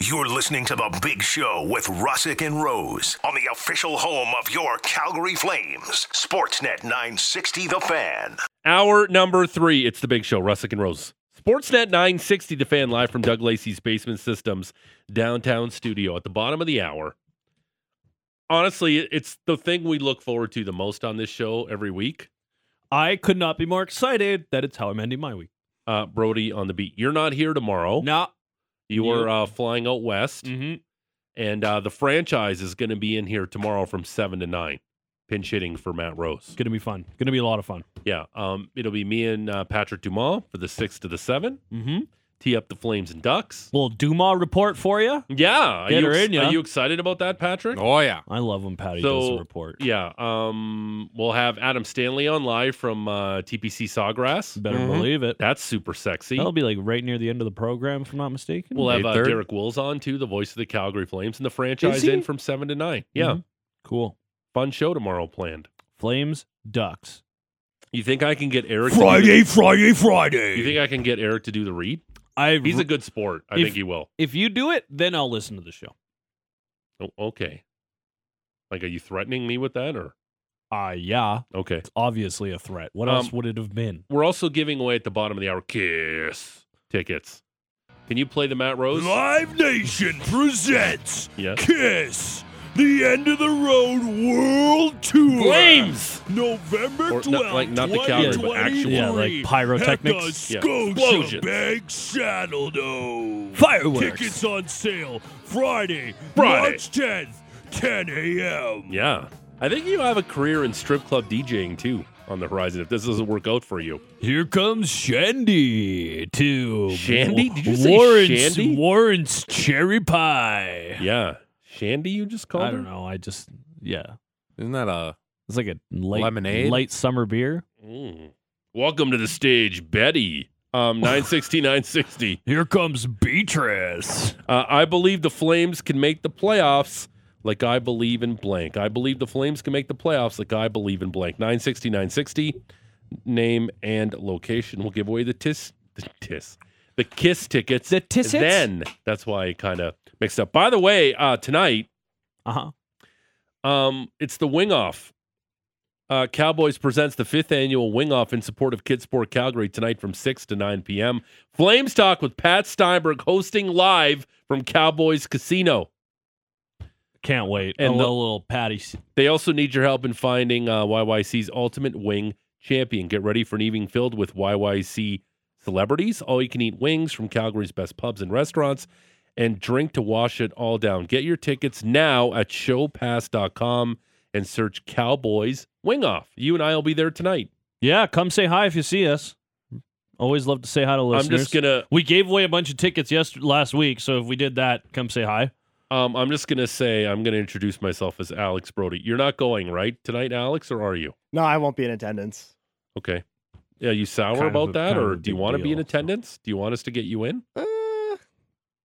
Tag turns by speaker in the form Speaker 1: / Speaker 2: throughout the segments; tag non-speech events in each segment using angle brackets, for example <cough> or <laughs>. Speaker 1: You're listening to The Big Show with Russick and Rose on the official home of your Calgary Flames, Sportsnet 960 The Fan.
Speaker 2: Hour number three. It's the big show, Russick and Rose. Sportsnet 960, the fan live from Doug Lacey's Basement Systems downtown studio at the bottom of the hour. Honestly, it's the thing we look forward to the most on this show every week.
Speaker 3: I could not be more excited that it's how I'm ending my week.
Speaker 2: Uh, Brody on the beat. You're not here tomorrow.
Speaker 3: Now,
Speaker 2: you
Speaker 3: you-
Speaker 2: are uh, flying out west,
Speaker 3: Mm-hmm.
Speaker 2: and uh, the franchise is going to be in here tomorrow from 7 to 9, pinch hitting for Matt Rose.
Speaker 3: gonna be fun. Gonna be a lot of fun.
Speaker 2: Yeah, um, it'll be me and uh, Patrick Dumas for the 6 to the 7,
Speaker 3: Mm-hmm.
Speaker 2: tee up the Flames and Ducks.
Speaker 3: Little Duma report for you.
Speaker 2: Yeah, are
Speaker 3: Get
Speaker 2: you,
Speaker 3: her
Speaker 2: ex-
Speaker 3: in, yeah.
Speaker 2: are you excited about that, Patrick?
Speaker 4: Oh yeah.
Speaker 3: I love when Patty
Speaker 2: So-
Speaker 3: does a report.
Speaker 2: Yeah, um, we'll have Adam Stanley on live from uh, TPC Sawgrass.
Speaker 3: Better
Speaker 4: Mhm.
Speaker 3: believe it.
Speaker 2: Mm-hmm. That's super sexy.
Speaker 3: That'll be like right near the end of the program, if I'm not mistaken.
Speaker 2: We'll have uh,
Speaker 4: 8:30.
Speaker 2: Derek Wills on too, the voice of the Calgary Flames, and the franchise
Speaker 3: he?
Speaker 2: in from seven to nine. Yeah,
Speaker 3: Mhm. cool.
Speaker 2: fun show tomorrow planned.
Speaker 3: Flames, Ducks.
Speaker 2: You think I can get Eric? To do
Speaker 3: Friday,
Speaker 2: the, you
Speaker 3: Friday.
Speaker 2: think I can get Eric to do the read?
Speaker 3: I
Speaker 2: He's a good sport. I
Speaker 3: If-
Speaker 2: think he will.
Speaker 3: if you do it, then I'll listen to the show.
Speaker 2: Oh, okay. Like, are you threatening me with that or?
Speaker 3: Ah, yeah.
Speaker 2: Okay.
Speaker 3: It's obviously a threat. What
Speaker 2: Um,
Speaker 3: else would it have been?
Speaker 2: We're also giving away at the bottom of the hour Kiss tickets. Can you play the Matt Rose?
Speaker 4: Live Nation presents
Speaker 2: Yes.
Speaker 4: Kiss, the end of the road world tour.
Speaker 2: Flames!
Speaker 4: November
Speaker 2: Or not- like, not the Calgary, but actual-
Speaker 3: Yeah, like pyrotechnics.
Speaker 2: Yeah.
Speaker 4: Scotia
Speaker 2: Explosions.
Speaker 4: Bank Saddle Dome.
Speaker 3: Fireworks.
Speaker 4: Tickets on sale Friday,
Speaker 2: Friday.
Speaker 4: March 10th, 10 a.m.
Speaker 2: Yeah. I think you have a career in strip club DJing too on the horizon if this doesn't work out for you.
Speaker 3: Here comes Shandy to
Speaker 2: Shandy? Did you say
Speaker 3: Warren's,
Speaker 2: Shandy?
Speaker 3: Warren's cherry pie.
Speaker 2: Yeah. Shandy, you just called
Speaker 3: I don't
Speaker 2: her?
Speaker 3: know. I just yeah.
Speaker 4: Isn't that a
Speaker 3: It's like a late
Speaker 4: Lemonade?
Speaker 3: late summer beer.
Speaker 2: Mm. Welcome to the stage, Betty.
Speaker 3: <laughs>
Speaker 2: Um, 960, 960.
Speaker 3: Here comes Beatrice.
Speaker 2: Uh, I believe the Flames can make the playoffs like I believe in blank. I believe the Flames can make the playoffs like I believe in blank. 960, 960. Name and location. We'll give away the tis, the tis, the kiss tickets.
Speaker 3: The tissits?
Speaker 2: Then that's why I kind of mixed up. By the way, uh, tonight
Speaker 3: Uh huh.
Speaker 2: Um, it's the Wing Off. Uh, Cowboys presents the fifth annual Wing Off in support of Kidsport Calgary tonight from 6 to 9 p.m. Flames Talk with Pat Steinberg hosting live from Cowboys Casino.
Speaker 3: Can't wait.
Speaker 2: And
Speaker 3: And a
Speaker 2: the-
Speaker 3: little, little patty. s-
Speaker 2: They also need your help in finding uh, YYC's ultimate wing champion. Get ready for an evening filled with YYC celebrities, all you can eat wings from Calgary's best pubs and restaurants, and drink to wash it all down. Get your tickets now at showpass.com and search Cowboys Wing Off. You and I will be there tonight.
Speaker 3: Yeah, come say hi if you see us. Always love to say hi to listeners.
Speaker 2: I'm just gonna
Speaker 3: We gave away a bunch of tickets yes last week, so if we did that, come say hi.
Speaker 2: um, I'm just gonna say I'm gonna introduce myself as Alex Brody. You're not going right tonight, Alex, or are you?
Speaker 5: No, I won't be in attendance.
Speaker 2: Okay. Yeah, you sour
Speaker 3: Kind of
Speaker 2: about
Speaker 3: a-
Speaker 2: that,
Speaker 3: kind of
Speaker 2: or
Speaker 3: a
Speaker 2: do you
Speaker 3: big
Speaker 2: want to be in
Speaker 3: deal, so-
Speaker 2: attendance? Do you want us to get you in?
Speaker 5: Uh,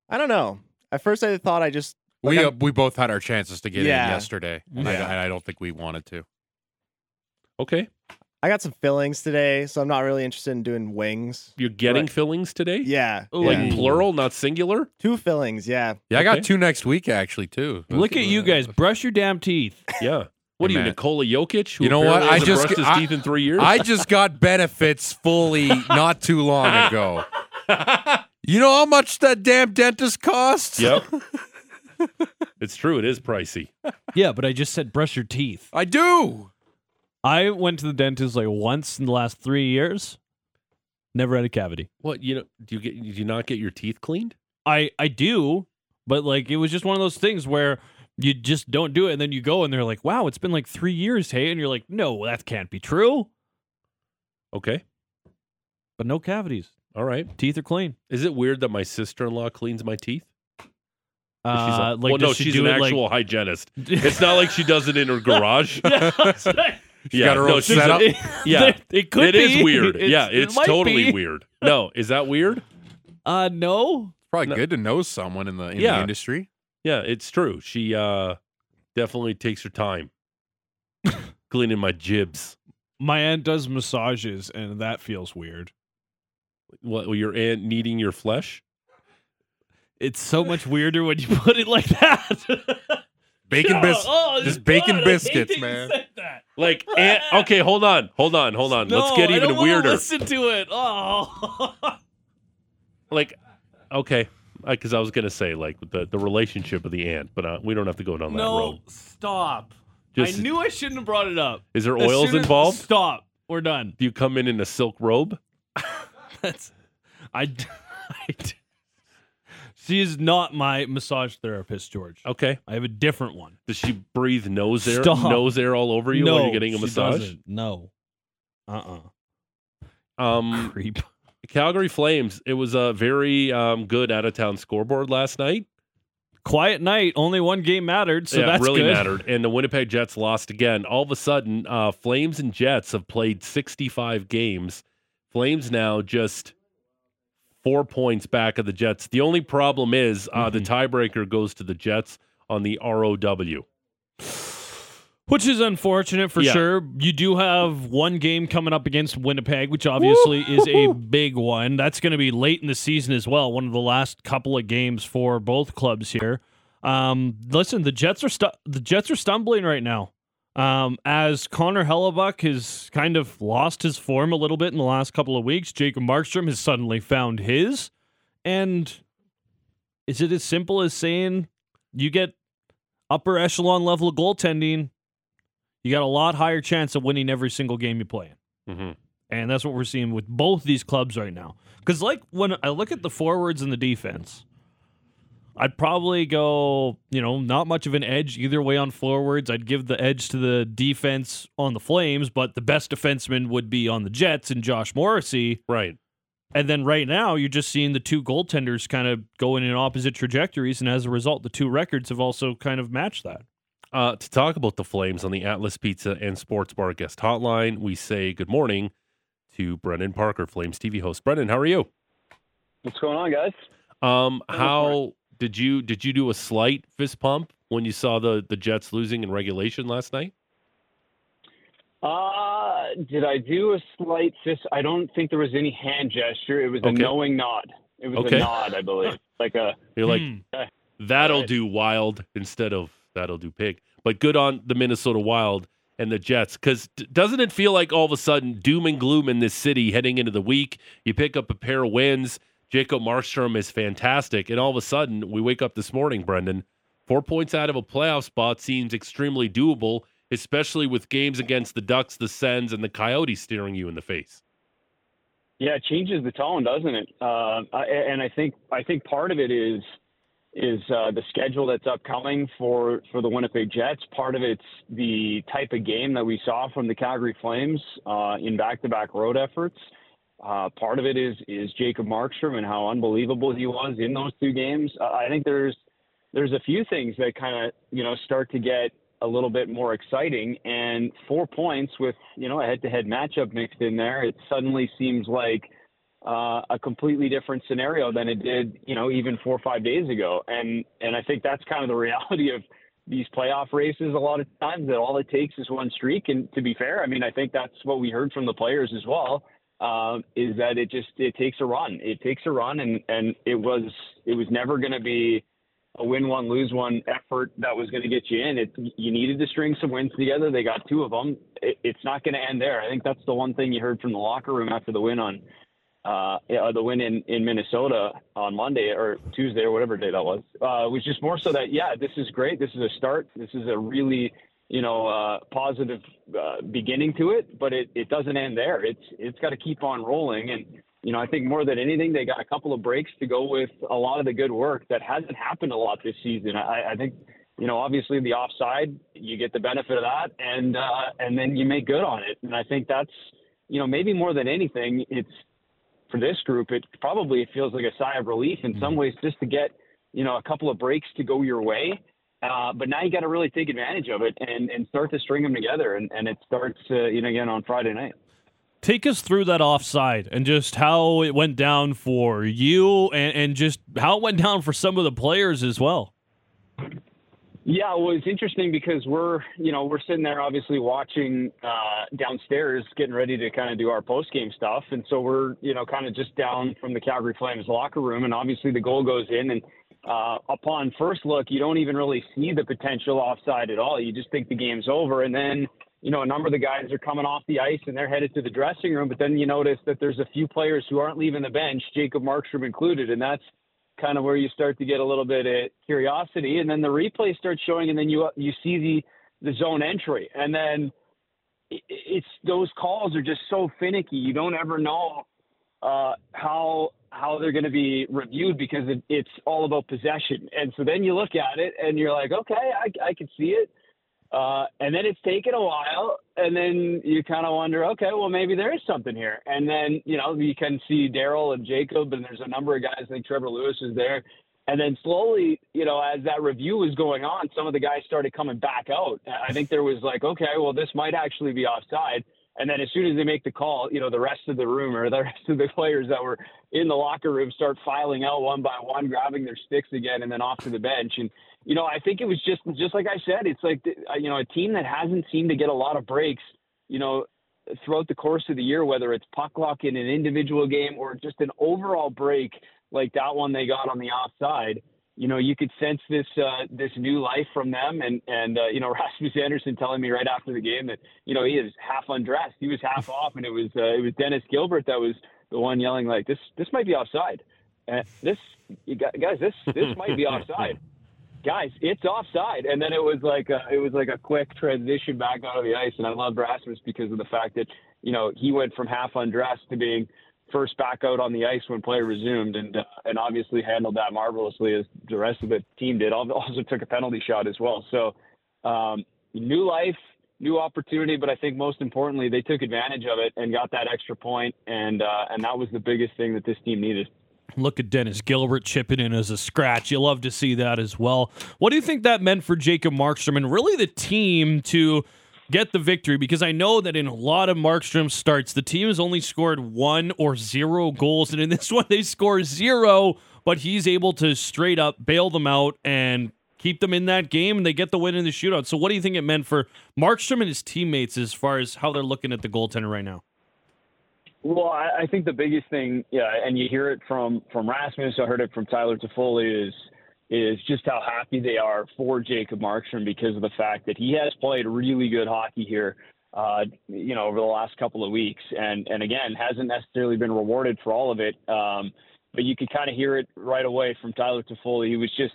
Speaker 5: I don't know. At first, I thought I just Like,
Speaker 4: we
Speaker 5: I'm-
Speaker 4: uh, we both had our chances to get
Speaker 5: Yeah.
Speaker 4: in yesterday, and I,
Speaker 5: Yeah.
Speaker 4: and I don't think we wanted to.
Speaker 2: Okay.
Speaker 5: I got some fillings today, so I'm not really interested in doing wings.
Speaker 2: You're getting
Speaker 5: Right.
Speaker 2: fillings today?
Speaker 5: Yeah,
Speaker 3: Ooh.
Speaker 2: Like
Speaker 5: yeah.
Speaker 2: plural, not singular?
Speaker 5: two fillings. Yeah,
Speaker 4: Yeah, I
Speaker 2: Okay.
Speaker 4: got two next week actually too.
Speaker 3: Look at you guys. Brush your damn teeth.
Speaker 2: Yeah. What
Speaker 4: Hey,
Speaker 2: are you,
Speaker 4: Matt.
Speaker 2: Nikola Jokic? Who
Speaker 4: You know what?
Speaker 2: apparently
Speaker 4: I
Speaker 2: hasn't
Speaker 4: just-
Speaker 2: brushed his
Speaker 4: I-
Speaker 2: teeth in three years.
Speaker 4: I just got benefits fully not too long ago. You know how much that damn dentist
Speaker 2: <laughs>
Speaker 4: costs? <laughs>
Speaker 2: yep. it's true. It is pricey.
Speaker 3: <laughs> yeah, but I just said brush your teeth.
Speaker 4: I do.
Speaker 3: I went to the dentist like once in the last three years. Never had a cavity.
Speaker 2: What you know? Do you get? Do you not get your teeth cleaned?
Speaker 3: I I do, but like it was just one of those things where you just don't do it, and then you go and they're like, "Wow, it's been like three years, hey," and you're like, "No, that can't be true."
Speaker 2: Okay.
Speaker 3: But no cavities,
Speaker 2: All right.
Speaker 3: teeth are clean.
Speaker 2: Is it weird that my sister-in-law cleans my teeth?
Speaker 3: Uh,
Speaker 2: She's a-
Speaker 3: like,
Speaker 2: well, no,
Speaker 3: does she
Speaker 2: she's
Speaker 3: do
Speaker 2: an
Speaker 3: it, <laughs>
Speaker 2: actual hygienist.
Speaker 3: Like,
Speaker 2: It's not like she does it in
Speaker 4: <laughs>
Speaker 2: her garage.
Speaker 3: yeah, I
Speaker 2: <laughs>
Speaker 3: was like-
Speaker 4: She got her
Speaker 2: no,
Speaker 4: own
Speaker 2: she's <laughs>
Speaker 4: setup.
Speaker 3: it,
Speaker 2: Yeah. a-
Speaker 3: it could
Speaker 2: It
Speaker 3: be.
Speaker 2: is
Speaker 3: <laughs>
Speaker 4: <laughs>
Speaker 2: weird. yeah,
Speaker 3: it
Speaker 2: it's
Speaker 3: might
Speaker 2: totally
Speaker 3: be.
Speaker 2: weird. No, is that weird?
Speaker 3: Uh, no,
Speaker 4: Probably
Speaker 2: No.
Speaker 4: good to know someone in the, in
Speaker 2: Yeah.
Speaker 4: the industry.
Speaker 2: Yeah, it's true. She uh definitely takes her time cleaning my jibs.
Speaker 6: my aunt does massages and that feels weird
Speaker 2: What your aunt kneading your flesh?
Speaker 3: It's so much weirder when you <laughs> put it like that. <laughs>
Speaker 4: Bacon
Speaker 3: Oh,
Speaker 4: bis-
Speaker 3: oh,
Speaker 4: just bacon
Speaker 3: God, I hate <laughs>
Speaker 4: biscuits,
Speaker 3: that you
Speaker 4: man.
Speaker 3: said that.
Speaker 2: Like,
Speaker 3: <laughs>
Speaker 2: and, okay, hold on, hold on, hold on. Let's
Speaker 3: No,
Speaker 2: get
Speaker 3: I
Speaker 2: even
Speaker 3: don't wanna
Speaker 2: weirder.
Speaker 3: Listen to it.
Speaker 2: <laughs>
Speaker 3: Oh,
Speaker 2: Like, okay, because I was gonna say like the the relationship of the ant, but uh, we don't have to go down that road.
Speaker 3: no, stop.
Speaker 2: Just
Speaker 3: I knew I shouldn't have brought it up.
Speaker 2: is there
Speaker 3: As
Speaker 2: oils
Speaker 3: soon as-
Speaker 2: involved?
Speaker 3: Stop.
Speaker 2: <laughs>
Speaker 3: We're done.
Speaker 2: Do you come in in a silk robe?
Speaker 3: That's I. d- <laughs> I d- she is not my massage therapist, George.
Speaker 2: Okay.
Speaker 3: I have a different one.
Speaker 2: Does she breathe nose air
Speaker 3: Stop.
Speaker 2: nose air all over you
Speaker 3: no,
Speaker 2: when you're getting a
Speaker 3: she
Speaker 2: massage?
Speaker 3: doesn't. No. Uh uh
Speaker 2: Um,
Speaker 3: Creep.
Speaker 2: Calgary Flames. It was a very um, good out of town scoreboard last night.
Speaker 3: Quiet night. Only one game mattered, so
Speaker 2: yeah,
Speaker 3: that's
Speaker 2: really
Speaker 3: good.
Speaker 2: mattered. And the Winnipeg Jets lost again. All of a sudden, uh, Flames and Jets have played 65 games. Flames now just four points back of the Jets. The only problem is uh, the tiebreaker goes to the Jets on the ROW.
Speaker 3: Which is unfortunate for
Speaker 2: Yeah.
Speaker 3: sure. You do have one game coming up against Winnipeg, which obviously is a big one. That's going to be late in the season as well. One of the last couple of games for both clubs here. Um, listen, the Jets are stu- the Jets are stumbling right now. Um, as Connor Hellebuck has kind of lost his form a little bit in the last couple of weeks, Jacob Markstrom has suddenly found his. And is it as simple as saying you get upper echelon level of goaltending? you got a lot higher chance of winning every single game you play in.
Speaker 2: Mm-hmm.
Speaker 3: And that's what we're seeing with both these clubs right now. Because, like, when I look at the forwards and the defense, I'd probably go, you know, not much of an edge either way on forwards. I'd give the edge to the defense on the Flames, but the best defenseman would be on the Jets and Josh Morrissey.
Speaker 2: Right.
Speaker 3: And then right now, you're just seeing the two goaltenders kind of going in opposite trajectories. And as a result, the two records have also kind of matched that.
Speaker 2: Uh, to talk about the Flames on the Atlas Pizza and Sports Bar guest hotline, we say good morning to Brendan Parker, Flames TV host. Brendan, how are you?
Speaker 7: What's going on, guys?
Speaker 2: Um,
Speaker 7: Go for
Speaker 2: how did you did you do a slight fist pump when you saw the the Jets losing in regulation last night?
Speaker 7: Uh, did I do a slight fist? I don't think there was any hand gesture. It was
Speaker 2: Okay.
Speaker 7: a knowing nod. It was
Speaker 2: Okay.
Speaker 7: a nod, I believe. Like a
Speaker 2: You're like
Speaker 3: Hmm.
Speaker 2: that'll
Speaker 7: Right.
Speaker 2: do wild instead of that'll do pig. But good on the Minnesota Wild and the Jets because d- doesn't it feel like all of a sudden doom and gloom in this city heading into the week? You pick up a pair of wins. Jacob Markstrom is fantastic, and all of a sudden we wake up this morning, Brendan, four points out of a playoff spot seems extremely doable, especially with games against the Ducks, the Sens, and the Coyotes staring you in the face.
Speaker 7: yeah, it changes the tone, doesn't it? Uh, I- and I think I think part of it is is uh, the schedule that's upcoming for for the Winnipeg Jets. Part of it's the type of game that we saw from the Calgary Flames uh, in back-to-back road efforts. Uh, part of it is is Jacob Markstrom and how unbelievable he was in those two games. Uh, I think there's there's a few things that kind of you know start to get a little bit more exciting and four points with you know a head-to-head matchup mixed in there it suddenly seems like uh, a completely different scenario than it did you know even four or five days ago and and i think that's kind of the <laughs> reality of these playoff races a lot of times that all it takes is one streak and to be fair i mean i think that's what we heard from the players as well um, is that it just it takes a run it takes a run and and it was it was never going to be a win one lose one effort that was going to get you in. It you needed to string some wins together. They got two of them. It, it's not going to end there. I think that's the one thing you heard from the locker room after the win on uh, yeah, or the win in, in Minnesota on Monday or Tuesday or whatever day that was, uh, was just more so that, yeah, this is great. This is a start. This is a really, you know, uh, positive uh, beginning to it, but it, it doesn't end there. It's, it's got to keep on rolling. And, you know, I think more than anything, they got a couple of breaks to go with a lot of the good work that hasn't happened a lot this season. I, I think, you know, obviously the offside, you get the benefit of that and, uh, and then you make good on it. And I think that's, you know, maybe more than anything, it's, for this group, it probably feels like a sigh of relief in some ways just to get, you know, a couple of breaks to go your way. Uh, but now you got to really take advantage of it and, and start to string them together. And, and it starts, uh, you know, again on Friday night.
Speaker 3: take us through that offside and just how it went down for you and, and just how it went down for some of the players as well.
Speaker 7: Yeah, well, it's interesting because we're, you know, we're sitting there obviously watching uh, downstairs, getting ready to kind of do our post game stuff, and so we're, you know, kind of just down from the Calgary Flames locker room, and obviously the goal goes in, and uh, upon first look, you don't even really see the potential offside at all. You just think the game's over, and then you know a number of the guys are coming off the ice and they're headed to the dressing room. But then you notice that there's a few players who aren't leaving the bench, Jacob Markstrom included, and that's kind of where you start to get a little bit of curiosity. And then the replay starts showing, and then you you see the the zone entry, and then it- it's those calls are just so finicky. You don't ever know uh, how how they're going to be reviewed because it, it's all about possession. And so then you look at it and you're like, okay, I, I can see it. Uh, and then it's taken a while, and then you kind of wonder, okay, well maybe there is something here. And then you know you can see Daryl and Jacob, and there's a number of guys. I think Trevor Lewis is there. And then slowly, you know, as that review was going on, some of the guys started coming back out. I think there was like, okay, well this might actually be offside. And then as soon as they make the call, you know, the rest of the room or <laughs> the rest of the players that were in the locker room start filing out one by one, grabbing their sticks again, and then off to the bench. And you know, I think it was just just like I said, it's like uh, you know, a team that hasn't seemed to get a lot of breaks, you know, throughout the course of the year, whether it's puck luck in an individual game or just an overall break like that one they got on the offside. You know, you could sense this uh, this new life from them, and and uh, you know <laughs> Rasmus Anderson telling me right after the game that you know he is half undressed, he was half off, and it was uh, it was Dennis Gilbert that was the one yelling like this this might be offside, uh, this you gu- guys this this might be offside, guys it's offside, and then it was like a, it was like a quick transition back out of the ice, and I loved Rasmus because of the fact that you know he went from half undressed to being first back out on the ice when play resumed, and uh, and obviously handled that marvelously as the rest of the team did. Al- Also took a penalty shot as well. So um, new life, new opportunity, but I think most importantly they took advantage of it and got that extra point, and uh, and that was the biggest thing that this team needed.
Speaker 3: Look at Dennis Gilbert chipping in as a scratch. You love to see that as well. What do you think that meant for Jacob Markstrom and really the team to get the victory? Because I know that in a lot of Markstrom starts, the team has only scored one or zero goals. And in this <laughs> one, they score zero, but he's able to straight up bail them out and keep them in that game. And they get the win in the shootout. So, what do you think it meant for Markstrom and his teammates as far as how they're looking at the goaltender right now?
Speaker 7: Well, I, I think the biggest thing, yeah, and you hear it from from Rasmus. I heard it from Tyler Toffoli is is just how happy they are for Jacob Markstrom because of the fact that he has played really good hockey here, uh, you know, over the last couple of weeks, and and again hasn't necessarily been rewarded for all of it. Um, but you could kind of hear it right away from Tyler Toffoli. He was just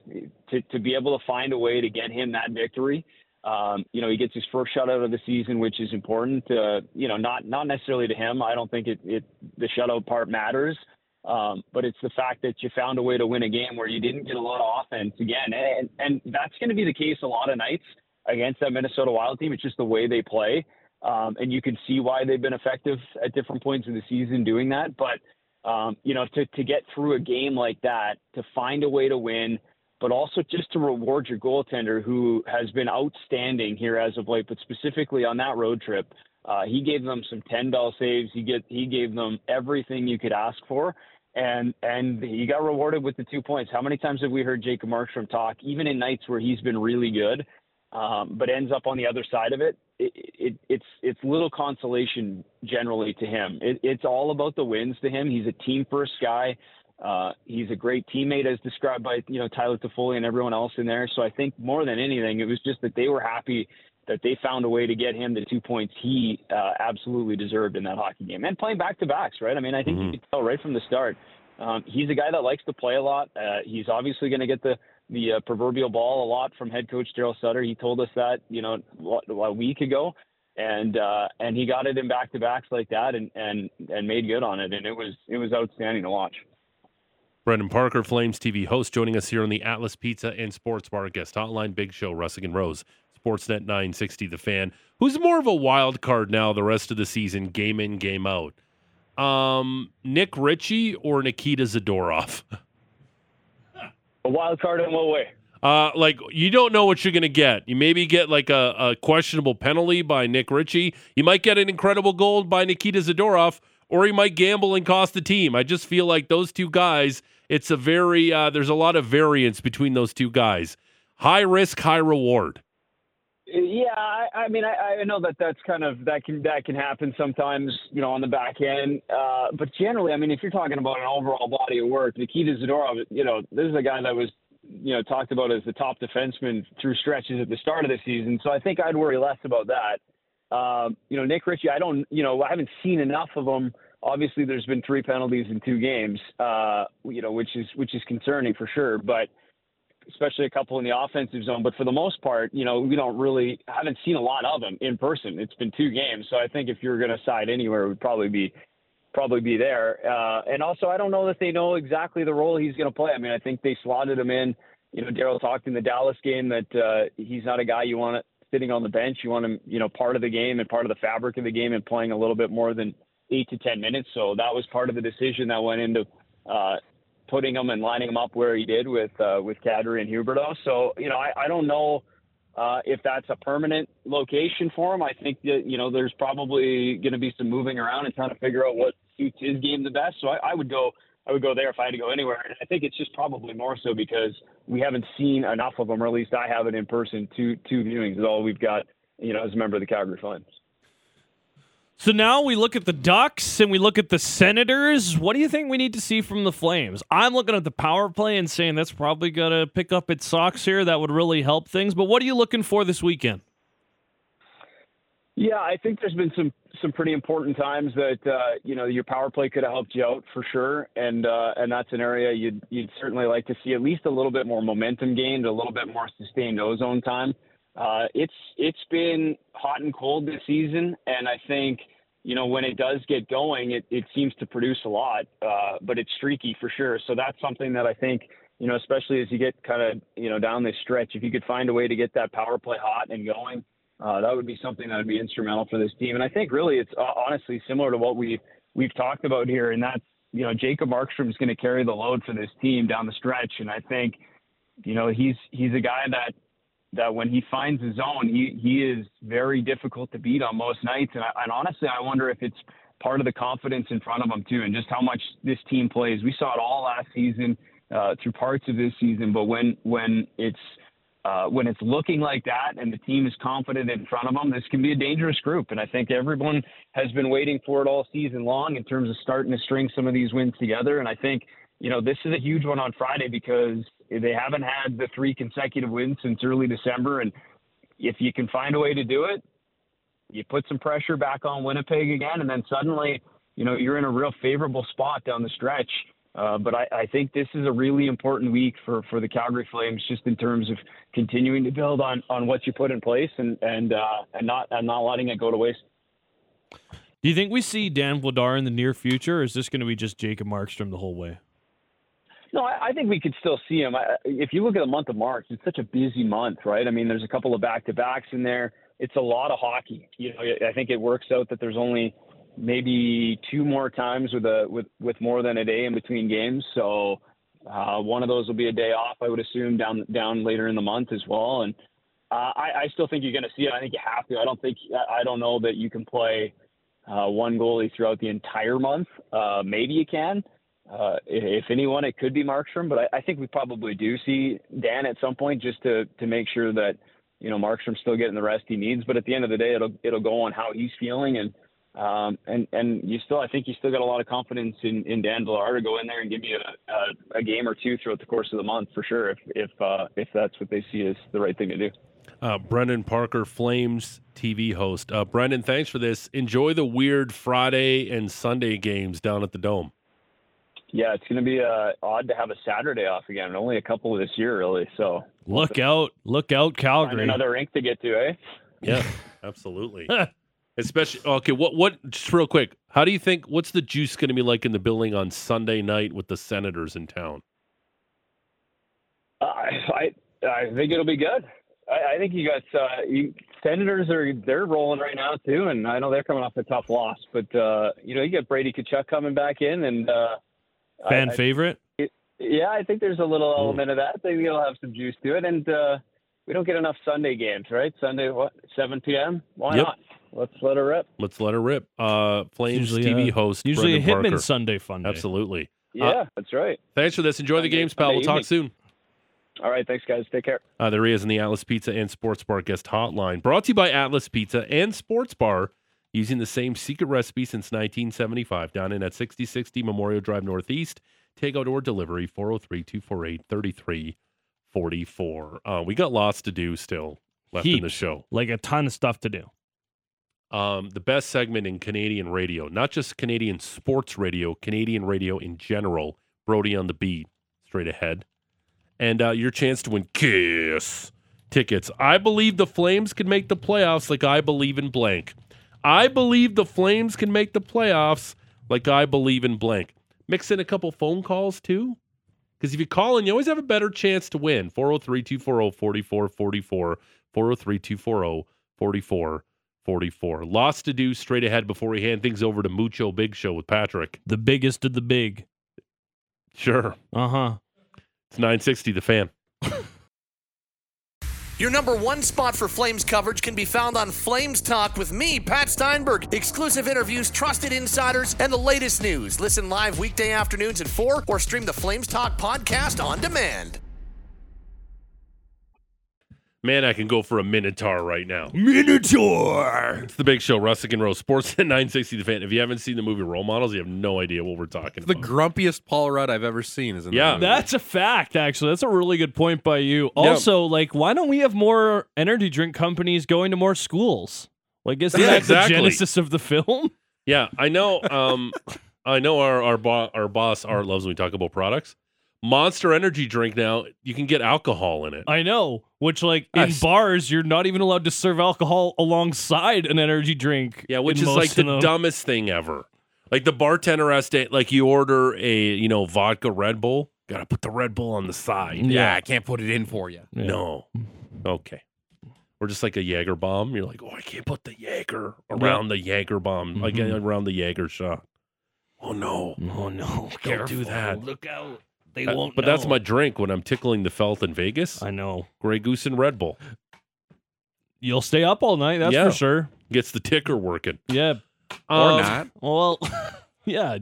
Speaker 7: to to be able to find a way to get him that victory. Um, you know, he gets his first shutout of the season, which is important. Uh, you know, not not necessarily to him. I don't think it, it the shutout part matters, um, but it's the fact that you found a way to win a game where you didn't get a lot of offense again, and and that's going to be the case a lot of nights against that Minnesota Wild team. It's just the way they play, um, and you can see why they've been effective at different points of the season doing that. But um, you know, to to get through a game like that, to find a way to win but also just to reward your goaltender who has been outstanding here as of late, but specifically on that road trip. Uh, he gave them some ten doll saves. He get he gave them everything you could ask for, and and he got rewarded with the two points. How many times have we heard Jacob Markstrom talk, even in nights where he's been really good, um, but ends up on the other side of it? It, it it's it's little consolation generally to him. It, it's all about the wins to him. He's a team first guy. Uh, he's a great teammate, as described by you know Tyler Toffoli and everyone else in there. So I think more than anything, it was just that they were happy that they found a way to get him the two points he uh, absolutely deserved in that hockey game, and playing back to backs. Right? I mean, I think you could tell right from the start. Um, he's a guy that likes to play a lot. Uh, he's obviously going to get the the uh, proverbial ball a lot from head coach Daryl Sutter. He told us that you know what, a week ago and uh, and he got it in back to backs like that and, and and made good on it and it was it was outstanding to watch.
Speaker 2: Brendan Parker, Flames TV host, joining us here on the Atlas Pizza and Sports Bar guest hotline. Big show, Russick and Rose, Sportsnet 960, The Fan. Who's more of a wild card now the rest of the season, game in, game out? Um, Nick Ritchie or Nikita Zadorov? <laughs>
Speaker 7: A wild card in what way?
Speaker 2: Uh, like you don't know what you're gonna get. You maybe get like a, a questionable penalty by Nick Ritchie. You might get an incredible goal by Nikita Zadorov, or he might gamble and cost the team. I just feel like those two guys. It's a very uh, there's a lot of variance between those two guys. High risk, high reward.
Speaker 7: Yeah, I, I mean, I, I know that that's kind of that can that can happen sometimes, you know, on the back end. Uh, but generally, I mean, if you're talking about an overall body of work, Nikita Zadorov, you know, this is a guy that was you know talked about as the top defenseman through stretches at the start of the season. So I think I'd worry less about that. Um, you know, Nick Ritchie, I don't, you know, I haven't seen enough of him. Obviously, there's been three penalties in two games, uh, you know, which is which is concerning for sure. But especially a couple in the offensive zone. But for the most part, you know, we don't really haven't seen a lot of him in person. It's been two games, so I think if you were going to side anywhere, it would probably be probably be there. Uh, and also, I don't know that they know exactly the role he's going to play. I mean, I think they slotted him in. You know, Daryl talked in the Dallas game that uh, he's not a guy you want sitting on the bench. You want him, you know, part of the game and part of the fabric of the game and playing a little bit more than eight to ten minutes. So that was part of the decision that went into. Uh, putting him and lining him up where he did with uh, with Kadri and Huberto. So you know, I, I don't know uh, if that's a permanent location for him. I think that you know there's probably going to be some moving around and trying to figure out what suits his game the best. So I, I would go. I would go there if I had to go anywhere. And I think it's just probably more so because we haven't seen enough of him, or at least I haven't in person. Two two viewings is all we've got, you know, as a member of the Calgary Flames.
Speaker 3: So now we look at the Ducks and we look at the Senators. What do you think we need to see from the Flames? I'm looking at the power play and saying that's probably going to pick up its socks here. That would really help things. But what are you looking for this weekend?
Speaker 7: Yeah, I think there's been some some pretty important times that uh, you know your power play could have helped you out for sure, and uh, and that's an area you'd you'd certainly like to see at least a little bit more momentum gained, a little bit more sustained ozone time. Uh, it's it's been hot and cold this season, and I think you know when it does get going, it, it seems to produce a lot, uh, but it's streaky for sure. So that's something that I think you know, especially as you get kind of you know down this stretch, if you could find a way to get that power play hot and going, uh, that would be something that would be instrumental for this team. And I think really it's uh, honestly similar to what we we've talked about here, and that's you know Jacob Markstrom is going to carry the load for this team down the stretch, and I think you know he's he's a guy that that when he finds his own, he he is very difficult to beat on most nights. And, I, and honestly, I wonder if it's part of the confidence in front of him too, and just how much this team plays. We saw it all last season uh, through parts of this season, but when when it's uh, when it's looking like that and the team is confident in front of them, this can be a dangerous group. And I think everyone has been waiting for it all season long in terms of starting to string some of these wins together. And I think, you know, this is a huge one on Friday because they haven't had the three consecutive wins since early December. And if you can find a way to do it, you put some pressure back on Winnipeg again, and then suddenly, you know, you're in a real favorable spot down the stretch. Uh, but I, I think this is a really important week for, for the Calgary Flames, just in terms of continuing to build on, on what you put in place and and uh, and not and not letting it go to waste.
Speaker 3: Do you think we see Dan Vladar in the near future? Or is this going to be just Jacob Markstrom the whole way?
Speaker 7: No, I, I think we could still see him. I, if you look at the month of March, it's such a busy month, right? I mean, there's a couple of back to backs in there. It's a lot of hockey. You know, I think it works out that there's only maybe two more times with a with with more than a day in between games. So uh, one of those will be a day off, I would assume, down down later in the month as well. And uh, I, I still think you're going to see it. I think you have to. I don't think I I don't know that you can play uh, one goalie throughout the entire month. Uh, maybe you can. Uh, if anyone, it could be Markstrom, but I, I think we probably do see Dan at some point just to to make sure that you know Markstrom's still getting the rest he needs. But at the end of the day, it'll it'll go on how he's feeling, and um, and and you still I think you still got a lot of confidence in in Dan Villar to go in there and give you a, a, a game or two throughout the course of the month for sure. If if uh, if that's what they see is the right thing to do.
Speaker 2: Uh, Brendan Parker, Flames TV host. Uh, Brendan, thanks for this. Enjoy the weird Friday and Sunday games down at the Dome.
Speaker 7: Yeah, it's going to be uh, odd to have a Saturday off again, and only a couple this year, really. So
Speaker 3: Look out. Look out,
Speaker 7: find
Speaker 3: Calgary.
Speaker 7: another rink to get to, eh?
Speaker 2: <laughs> Yeah, absolutely. <laughs> Especially okay. What what? Just real quick. How do you think? What's the juice going to be like in the building on Sunday night with the Senators in town?
Speaker 7: I I, I think it'll be good. I, I think you got uh, you, Senators are they're rolling right now too, and I know they're coming off a tough loss, but uh, you know you got Brady Kachuk coming back in, and uh, I-
Speaker 3: Fan
Speaker 7: I-
Speaker 3: favorite?
Speaker 7: yeah, I think there's a little element of that. I think it'll have some juice to it, and uh, we don't get enough Sunday games, right? Sunday what 7 p.m. Why
Speaker 2: Yep.
Speaker 7: not? Let's let her rip.
Speaker 2: Let's let her rip. Uh, Flames
Speaker 3: Usually,
Speaker 2: TV
Speaker 3: uh,
Speaker 2: host.
Speaker 3: Usually a
Speaker 2: Brendan
Speaker 3: Hitman
Speaker 2: Parker.
Speaker 3: Sunday fun day.
Speaker 2: Absolutely.
Speaker 7: Yeah, that's right.
Speaker 2: Thanks for this. Enjoy the
Speaker 7: Sunday-
Speaker 2: games, pal.
Speaker 7: Sunday
Speaker 2: We'll talk
Speaker 7: evening.
Speaker 2: soon.
Speaker 7: All right, thanks guys. Take care.
Speaker 2: Uh, there he is in the Atlas Pizza and Sports Bar guest hotline. Brought to you by Atlas Pizza and Sports Bar, using the same secret recipe since 1975. Down in at 6060 Memorial Drive Northeast. Takeout or delivery 403 248 33 44. Uh, we got lots to do still left in the
Speaker 3: Heaps.
Speaker 2: show.
Speaker 3: Like a ton of stuff to do.
Speaker 2: Um, the best segment in Canadian radio, not just Canadian sports radio, Canadian radio in general. Brody on the beat, straight ahead. And uh, your chance to win Kiss tickets. I believe the Flames can make the playoffs like I believe in blank. I believe the Flames can make the playoffs like I believe in blank. Mix in a couple phone calls too. Because if you call in, you always have a better chance to win. 403 240 4444. 403 240 4444. Lots to do straight ahead before we hand things over to Mucho Big Show with Patrick.
Speaker 3: The biggest of the big.
Speaker 2: Sure.
Speaker 3: Uh huh.
Speaker 2: It's 960, the fan.
Speaker 8: Your number one spot for Flames coverage can be found on Flames Talk with me, Pat Steinberg. Exclusive interviews, trusted insiders, and the latest news. Listen live weekday afternoons at 4 or stream the Flames Talk podcast on demand.
Speaker 2: Man, I can go for a Minotaur right now.
Speaker 3: Mm.
Speaker 4: Minotaur.
Speaker 2: It's the big show, Russick and Rose Sports at <laughs> 960, the fan. If you haven't seen the movie Role Models, you have no idea what we're talking
Speaker 4: The
Speaker 2: about.
Speaker 4: grumpiest Paul Rudd I've ever seen is in
Speaker 2: Yeah.
Speaker 4: that movie.
Speaker 3: That's a fact, actually. That's a really good point by you. Also, like, why don't we have more energy drink companies going to more schools? Like, isn't
Speaker 2: Yeah,
Speaker 3: that
Speaker 2: exactly.
Speaker 3: the genesis of the film? <laughs>
Speaker 2: Yeah, I know. Um, I know our our, bo- our boss Art loves when we talk about products. Monster Energy drink now you can get alcohol in it.
Speaker 3: I know. Which, like, in
Speaker 4: Yes.
Speaker 3: bars, you're not even allowed to serve alcohol alongside an energy drink.
Speaker 2: yeah, which
Speaker 3: in
Speaker 2: is
Speaker 3: most
Speaker 2: like
Speaker 3: of
Speaker 2: the
Speaker 3: them.
Speaker 2: dumbest thing ever. Like the bartender has to like you order a you know vodka Red Bull. Got to put the Red Bull on the side.
Speaker 4: yeah, I can't put it in for you.
Speaker 3: Yeah.
Speaker 2: No. Okay. Or just like a Jaeger bomb. You're like, oh, I can't put the Jaeger around the Jaeger bomb, like
Speaker 3: Mhm.
Speaker 2: around the Jaeger shot. Oh no.
Speaker 3: Oh, no.
Speaker 2: Don't do that.
Speaker 3: Look out. They
Speaker 2: Uh,
Speaker 3: won't.
Speaker 2: but that's
Speaker 3: know.
Speaker 2: my drink when I'm tickling the felt in Vegas.
Speaker 3: I know.
Speaker 2: Grey Goose and Red Bull.
Speaker 3: You'll stay up all night, that's
Speaker 2: Yeah.
Speaker 3: for sure.
Speaker 2: gets the ticker working.
Speaker 3: Yeah.
Speaker 4: Or
Speaker 2: Um,
Speaker 4: not.
Speaker 3: Well, <laughs> yeah.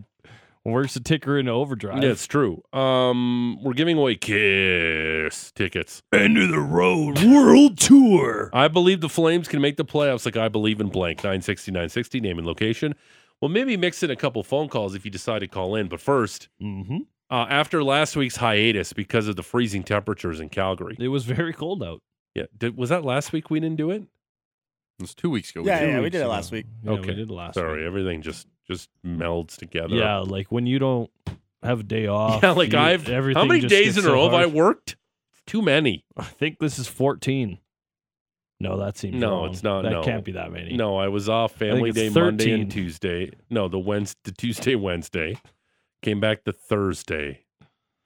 Speaker 3: Works the ticker into overdrive.
Speaker 2: Yeah, it's true. Um, we're giving away Kiss tickets.
Speaker 4: End of the road world tour.
Speaker 2: I believe the Flames can make the playoffs like I believe in blank. 960, 960, name and location. Well, maybe mix in a couple phone calls if you decide to call in. But first,
Speaker 3: Mm-hmm.
Speaker 2: uh, after last week's hiatus because of the freezing temperatures in Calgary.
Speaker 3: It was very cold out.
Speaker 2: Yeah, did, was that last week we didn't do it?
Speaker 4: It was two weeks ago.
Speaker 5: Yeah,
Speaker 4: Two
Speaker 5: yeah, we
Speaker 4: weeks
Speaker 5: did it
Speaker 4: ago.
Speaker 5: last week.
Speaker 3: Yeah, we
Speaker 2: Okay.
Speaker 3: did last
Speaker 2: Sorry,
Speaker 3: week.
Speaker 2: everything just just melds together.
Speaker 3: Yeah, like when you don't have a day
Speaker 2: <laughs>
Speaker 3: off.
Speaker 2: yeah. Like
Speaker 3: you-
Speaker 2: I've how
Speaker 3: everything
Speaker 2: many
Speaker 3: just
Speaker 2: days
Speaker 3: gets
Speaker 2: in a
Speaker 3: so
Speaker 2: row have I
Speaker 3: hard.
Speaker 2: worked? Too many.
Speaker 3: I think this is fourteen. No, that seems
Speaker 2: No,
Speaker 3: wrong.
Speaker 2: it's not,
Speaker 3: That
Speaker 2: no.
Speaker 3: can't be that many.
Speaker 2: No, I was off family
Speaker 3: it's
Speaker 2: day Monday and
Speaker 3: 13.
Speaker 2: Tuesday. No, the Wednesday, the Tuesday, Wednesday. Came back the Thursday.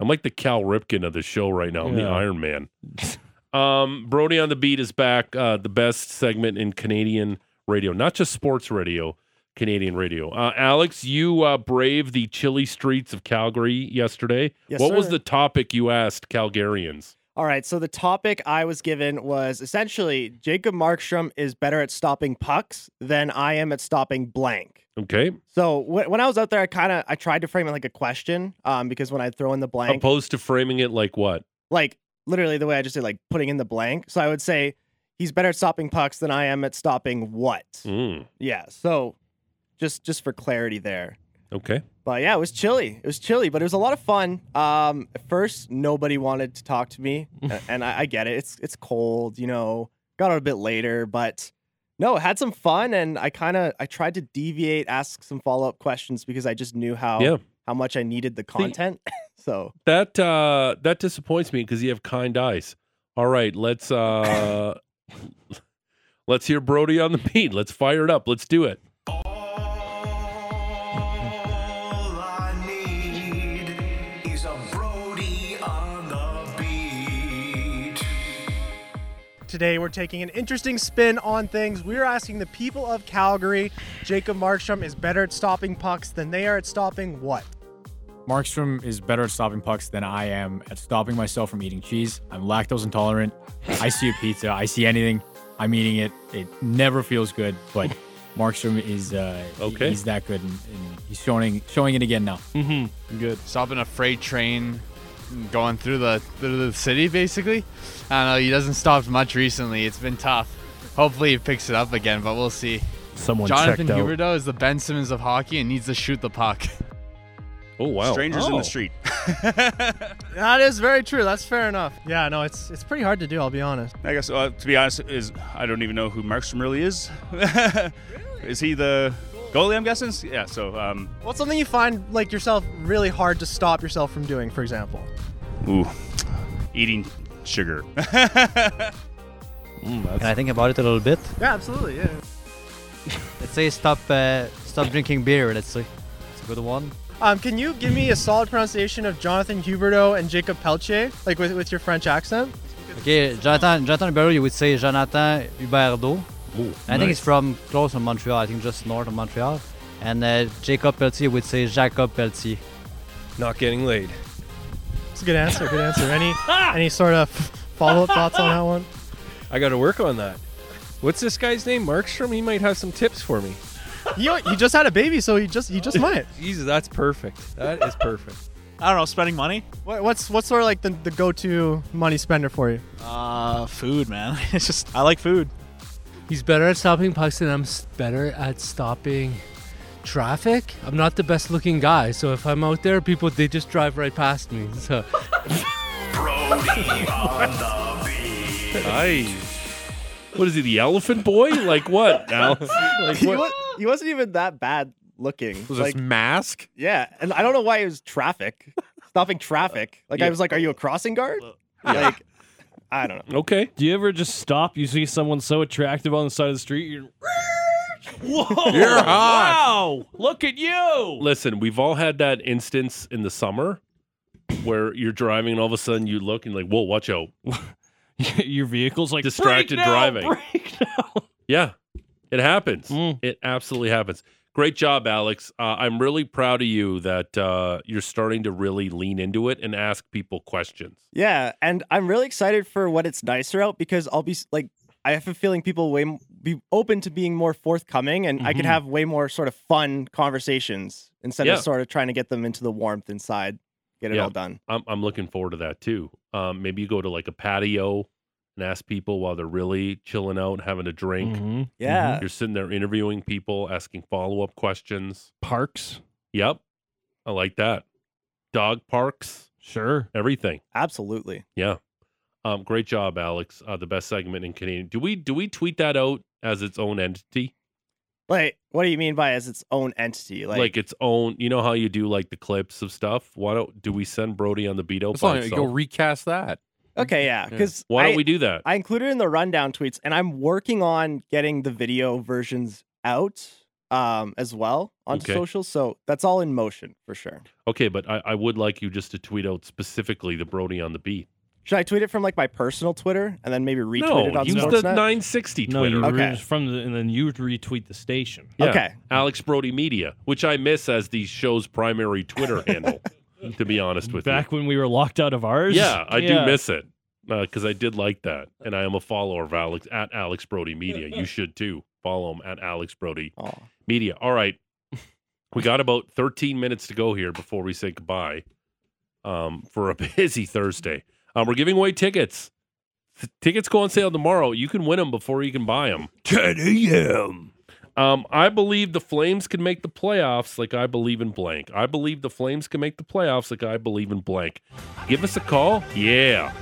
Speaker 2: I'm like the Cal Ripken of the show right now. I'm the
Speaker 3: Yeah.
Speaker 2: Iron
Speaker 3: <laughs>
Speaker 2: Man. um, Brody on the beat is back. Uh, the best segment in Canadian radio, not just sports radio, Canadian radio. Uh, Alex, you uh, braved the chilly streets of Calgary yesterday.
Speaker 5: Yes,
Speaker 2: what was
Speaker 5: sir.
Speaker 2: the topic you asked Calgarians?
Speaker 5: All right, so the topic I was given was essentially Jacob Markstrom is better at stopping pucks than I am at stopping blank.
Speaker 2: Okay,
Speaker 5: So wh- when I was out there, I kind of I tried to frame it like a question, um, because when I throw in the blank,
Speaker 2: opposed to framing it like what?
Speaker 5: like literally the way I just did, like putting in the blank. So I would say he's better at stopping pucks than I am at stopping what.
Speaker 2: Mm,
Speaker 5: Yeah. So just just for clarity there.
Speaker 2: okay,
Speaker 5: But yeah, it was chilly. It was chilly, but it was a lot of fun. Um, at first, nobody wanted to talk
Speaker 2: <laughs>
Speaker 5: to me, a- and I, I get it. It's it's cold, you know. Got out a bit later, but no, I had some fun, and I kind of I tried to deviate, ask some follow up questions because I just knew how
Speaker 2: yeah.
Speaker 5: how much I needed the content. <laughs> so
Speaker 2: That uh that disappoints me because you have kind eyes. All right, let's uh <laughs> let's hear Brody on the beat. Let's fire it up. Let's do it.
Speaker 1: All I need is a Brody on the beat.
Speaker 9: Today, we're taking an interesting spin on things. We're asking the people of Calgary Jacob Markstrom is better at stopping pucks than they are at stopping what?
Speaker 10: Markstrom is better at stopping pucks than I am at stopping myself from eating cheese. I'm lactose intolerant. I see a pizza, I see anything, I'm eating it. It never feels good, but
Speaker 8: <laughs>
Speaker 10: Markstrom is uh, he-
Speaker 2: Okay.
Speaker 10: He's that good, and, and he's showing showing it again now.
Speaker 11: stopping a freight train going through the through the city basically. I don't know, he doesn't stop much recently. It's been tough. Hopefully he picks it up again, but we'll see.
Speaker 3: Someone
Speaker 11: Jonathan
Speaker 3: checked
Speaker 11: Huberto is the Ben Simmons of hockey and needs to shoot the puck.
Speaker 2: Oh wow.
Speaker 12: Strangers in the street.
Speaker 9: That is very true. That's fair enough. Yeah, no, it's it's pretty hard to do. I'll be honest.
Speaker 12: I guess uh, to be honest, is I don't even know who Markstrom really is. <laughs> Is he the goalie? I'm guessing. Yeah. So, um,
Speaker 9: What's something you find like yourself really hard to stop yourself from doing? For example,
Speaker 12: ooh, eating sugar. <laughs>
Speaker 13: Can I think about it a little bit?
Speaker 9: yeah, absolutely, yeah.
Speaker 13: Let's say stop uh, stop drinking beer. Let's say it's a good one.
Speaker 9: Um, can you give me a solid pronunciation of Jonathan Huberto and Jacob Pelche, like with, with your French accent?
Speaker 13: Okay, Jonathan Jonathan Huberdeau, you would say Jonathan Huberdeau. I think
Speaker 9: nice.
Speaker 13: it's from close to Montreal. I think just north of Montreal. And uh, Jacob Peltier would say Jacob Peltier.
Speaker 14: Not getting laid.
Speaker 9: It's a good answer. Good answer. Any any sort of follow up thoughts on that one?
Speaker 14: I got to work on that. What's this guy's name? Markstrom? He might have some tips for me.
Speaker 9: You you just had a baby, so you just you just might.
Speaker 14: Jesus, that's perfect. That is perfect.
Speaker 9: I don't know, spending money. What, what's what's sort of like the, the go to money spender for you?
Speaker 15: Uh, food, man. <laughs> It's just I like food. He's better at stopping pucks than I'm s- better at stopping traffic. I'm not the best looking guy, so if I'm out there, people they just drive right past me. <laughs> So
Speaker 2: Nice. What is he, the elephant boy?
Speaker 12: <laughs>
Speaker 2: Like what? Now, like
Speaker 5: he,
Speaker 2: what?
Speaker 5: wa- he wasn't even that bad looking.
Speaker 2: Was
Speaker 5: like,
Speaker 2: this
Speaker 4: mask?
Speaker 5: Yeah, and I don't know why it was traffic, stopping traffic. Like I
Speaker 3: Yeah.
Speaker 5: was like, "Are you a crossing guard?" Like I don't know.
Speaker 2: Okay.
Speaker 3: <laughs> Do you ever just stop? You see someone so attractive on the side of the street, you're. <laughs> Whoa!
Speaker 2: You're hot.
Speaker 3: Wow! Look at you!
Speaker 2: Listen, we've all had that instance in the summer where you're driving and all of a sudden you look and you're like, whoa, watch out.
Speaker 3: Your vehicle's like
Speaker 2: distracted
Speaker 3: "Brake now,
Speaker 2: driving. Mm.
Speaker 3: brake now."
Speaker 2: Yeah, it happens. It absolutely happens. Great job, Alex. Uh, I'm really proud of you that uh, you're starting to really lean into it and ask people questions.
Speaker 5: Yeah, and I'm really excited for when it's nicer out because I'll be s- like, I have a feeling people way m- be open to being more forthcoming, and I could
Speaker 2: Mhm.
Speaker 5: have way more sort of fun conversations instead
Speaker 2: Yeah.
Speaker 5: of sort of trying to get them into the warmth inside. Get it all done.
Speaker 2: I'm, I'm looking forward to that too. Um, maybe you go to like a patio and ask people while they're really chilling out and having a
Speaker 3: Mm-hmm.
Speaker 2: drink. Mm-hmm.
Speaker 5: Yeah.
Speaker 2: You're sitting there interviewing people, asking follow up questions.
Speaker 3: Parks.
Speaker 2: Yep. I like that. Dog parks.
Speaker 3: Sure.
Speaker 2: Everything.
Speaker 5: Absolutely.
Speaker 2: Yeah. Um, great job, Alex. Uh, the best segment in Canadian. Do we do we tweet that out as its own entity?
Speaker 5: Like, what do you mean by as its own entity?
Speaker 2: Like,
Speaker 5: Like,
Speaker 2: its own you know how you do like the clips of stuff? Why don't do we send Brody on the beat out
Speaker 4: As long
Speaker 2: by
Speaker 4: as you
Speaker 2: itself?
Speaker 4: go recast that.
Speaker 5: okay, yeah,
Speaker 2: Yeah.
Speaker 5: because
Speaker 2: Why don't we do that?
Speaker 5: I included it in the rundown tweets, and I'm working on getting the video versions out um, as well onto
Speaker 2: Okay.
Speaker 5: social. So that's all in motion for sure.
Speaker 2: Okay, but I, I would like you just to tweet out specifically the Brody on the beat.
Speaker 5: Should I tweet it from like my personal Twitter and then maybe retweet it
Speaker 2: no,
Speaker 5: on
Speaker 2: use the
Speaker 5: Sportsnet?
Speaker 2: 960
Speaker 3: No,
Speaker 2: Twitter.
Speaker 3: you re- from the, and then you retweet the station.
Speaker 2: Yeah, Alex Brody Media, which I miss as the show's primary Twitter handle, to be honest with
Speaker 3: Back when we were locked out of
Speaker 2: you.
Speaker 3: ours.
Speaker 2: Yeah, I
Speaker 3: Yeah.
Speaker 2: do miss it because I did like that. And I am a follower of Alex at Alex Brody Media. You should too. Follow him at Alex Brody Media. All right. We got about 13 minutes to go here before we say goodbye um, for a <laughs> busy Thursday. Um, we're giving away tickets. T- tickets go on sale tomorrow. You can win them before you can buy them. 10 a.m. Um, I believe the Flames can make the playoffs like I believe in blank. I believe the Flames can make the playoffs like I believe in blank. Give us a call. Yeah.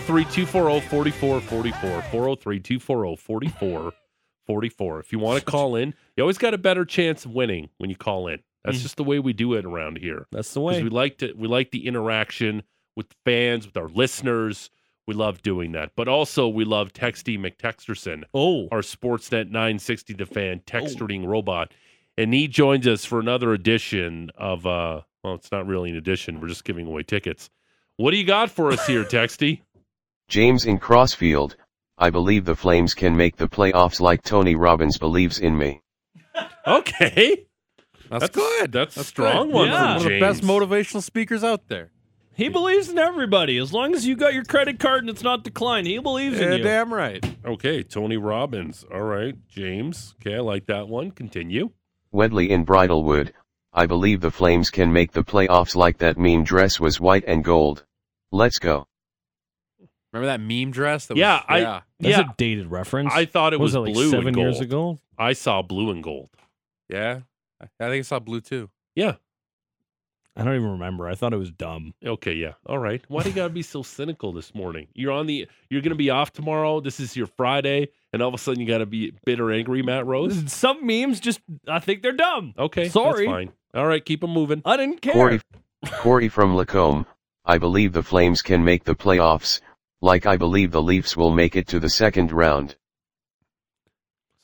Speaker 2: 403 240 4444. 403 240 4444. If you want to call in, you always got a better chance of winning when you call in. That's
Speaker 3: Mm.
Speaker 2: just the way we do it around here.
Speaker 3: That's the
Speaker 2: 'Cause
Speaker 3: way.
Speaker 2: We like to we like the interaction with the fans, with our listeners. We love doing that. But also we love Texty McTexterson.
Speaker 3: Oh.
Speaker 2: Our Sportsnet 960 the fan texting robot. And he joins us for another edition of uh well, it's not really an edition. We're just giving away tickets. What do you got for us
Speaker 3: <laughs>
Speaker 2: here, Texty?
Speaker 16: James in Crossfield, I believe the Flames can make the playoffs like Tony Robbins believes in me.
Speaker 2: Okay.
Speaker 4: That's, good.
Speaker 2: That's,
Speaker 4: a
Speaker 2: strong one from
Speaker 4: One of the best
Speaker 2: James.
Speaker 4: motivational speakers out there.
Speaker 3: He believes in everybody. As long as you got your credit card and it's not declined, he believes in you.
Speaker 2: right. Okay, Tony Robbins. All right, James. Okay, I like that one. Continue.
Speaker 16: Wedley in Bridalwood, I believe the Flames can make the playoffs like that meme dress was white and gold. Let's go.
Speaker 4: Remember that meme dress? That
Speaker 2: yeah,
Speaker 4: was,
Speaker 2: I
Speaker 4: yeah.
Speaker 3: That's
Speaker 2: yeah.
Speaker 3: a dated reference.
Speaker 2: I thought it
Speaker 3: What
Speaker 2: was,
Speaker 3: that, like
Speaker 2: blue
Speaker 3: seven
Speaker 2: and
Speaker 3: years
Speaker 2: gold.
Speaker 3: ago.
Speaker 2: I saw blue and gold.
Speaker 4: Yeah. I I think I saw blue too.
Speaker 2: Yeah.
Speaker 3: I don't even remember. I thought it was dumb.
Speaker 2: Okay, yeah. All right. Why do
Speaker 3: <laughs>
Speaker 2: you gotta be so cynical this morning? You're on the. You're gonna be off tomorrow. This is your Friday, and all of a sudden you gotta be bitter, angry, Matt Rose.
Speaker 3: Some memes just. I think they're dumb.
Speaker 2: Okay,
Speaker 3: sorry.
Speaker 2: That's fine. All right, keep them moving.
Speaker 3: I didn't care.
Speaker 16: Corey, Corey from Lacombe. I believe the Flames can make the playoffs, like I believe the Leafs will make it to the second round.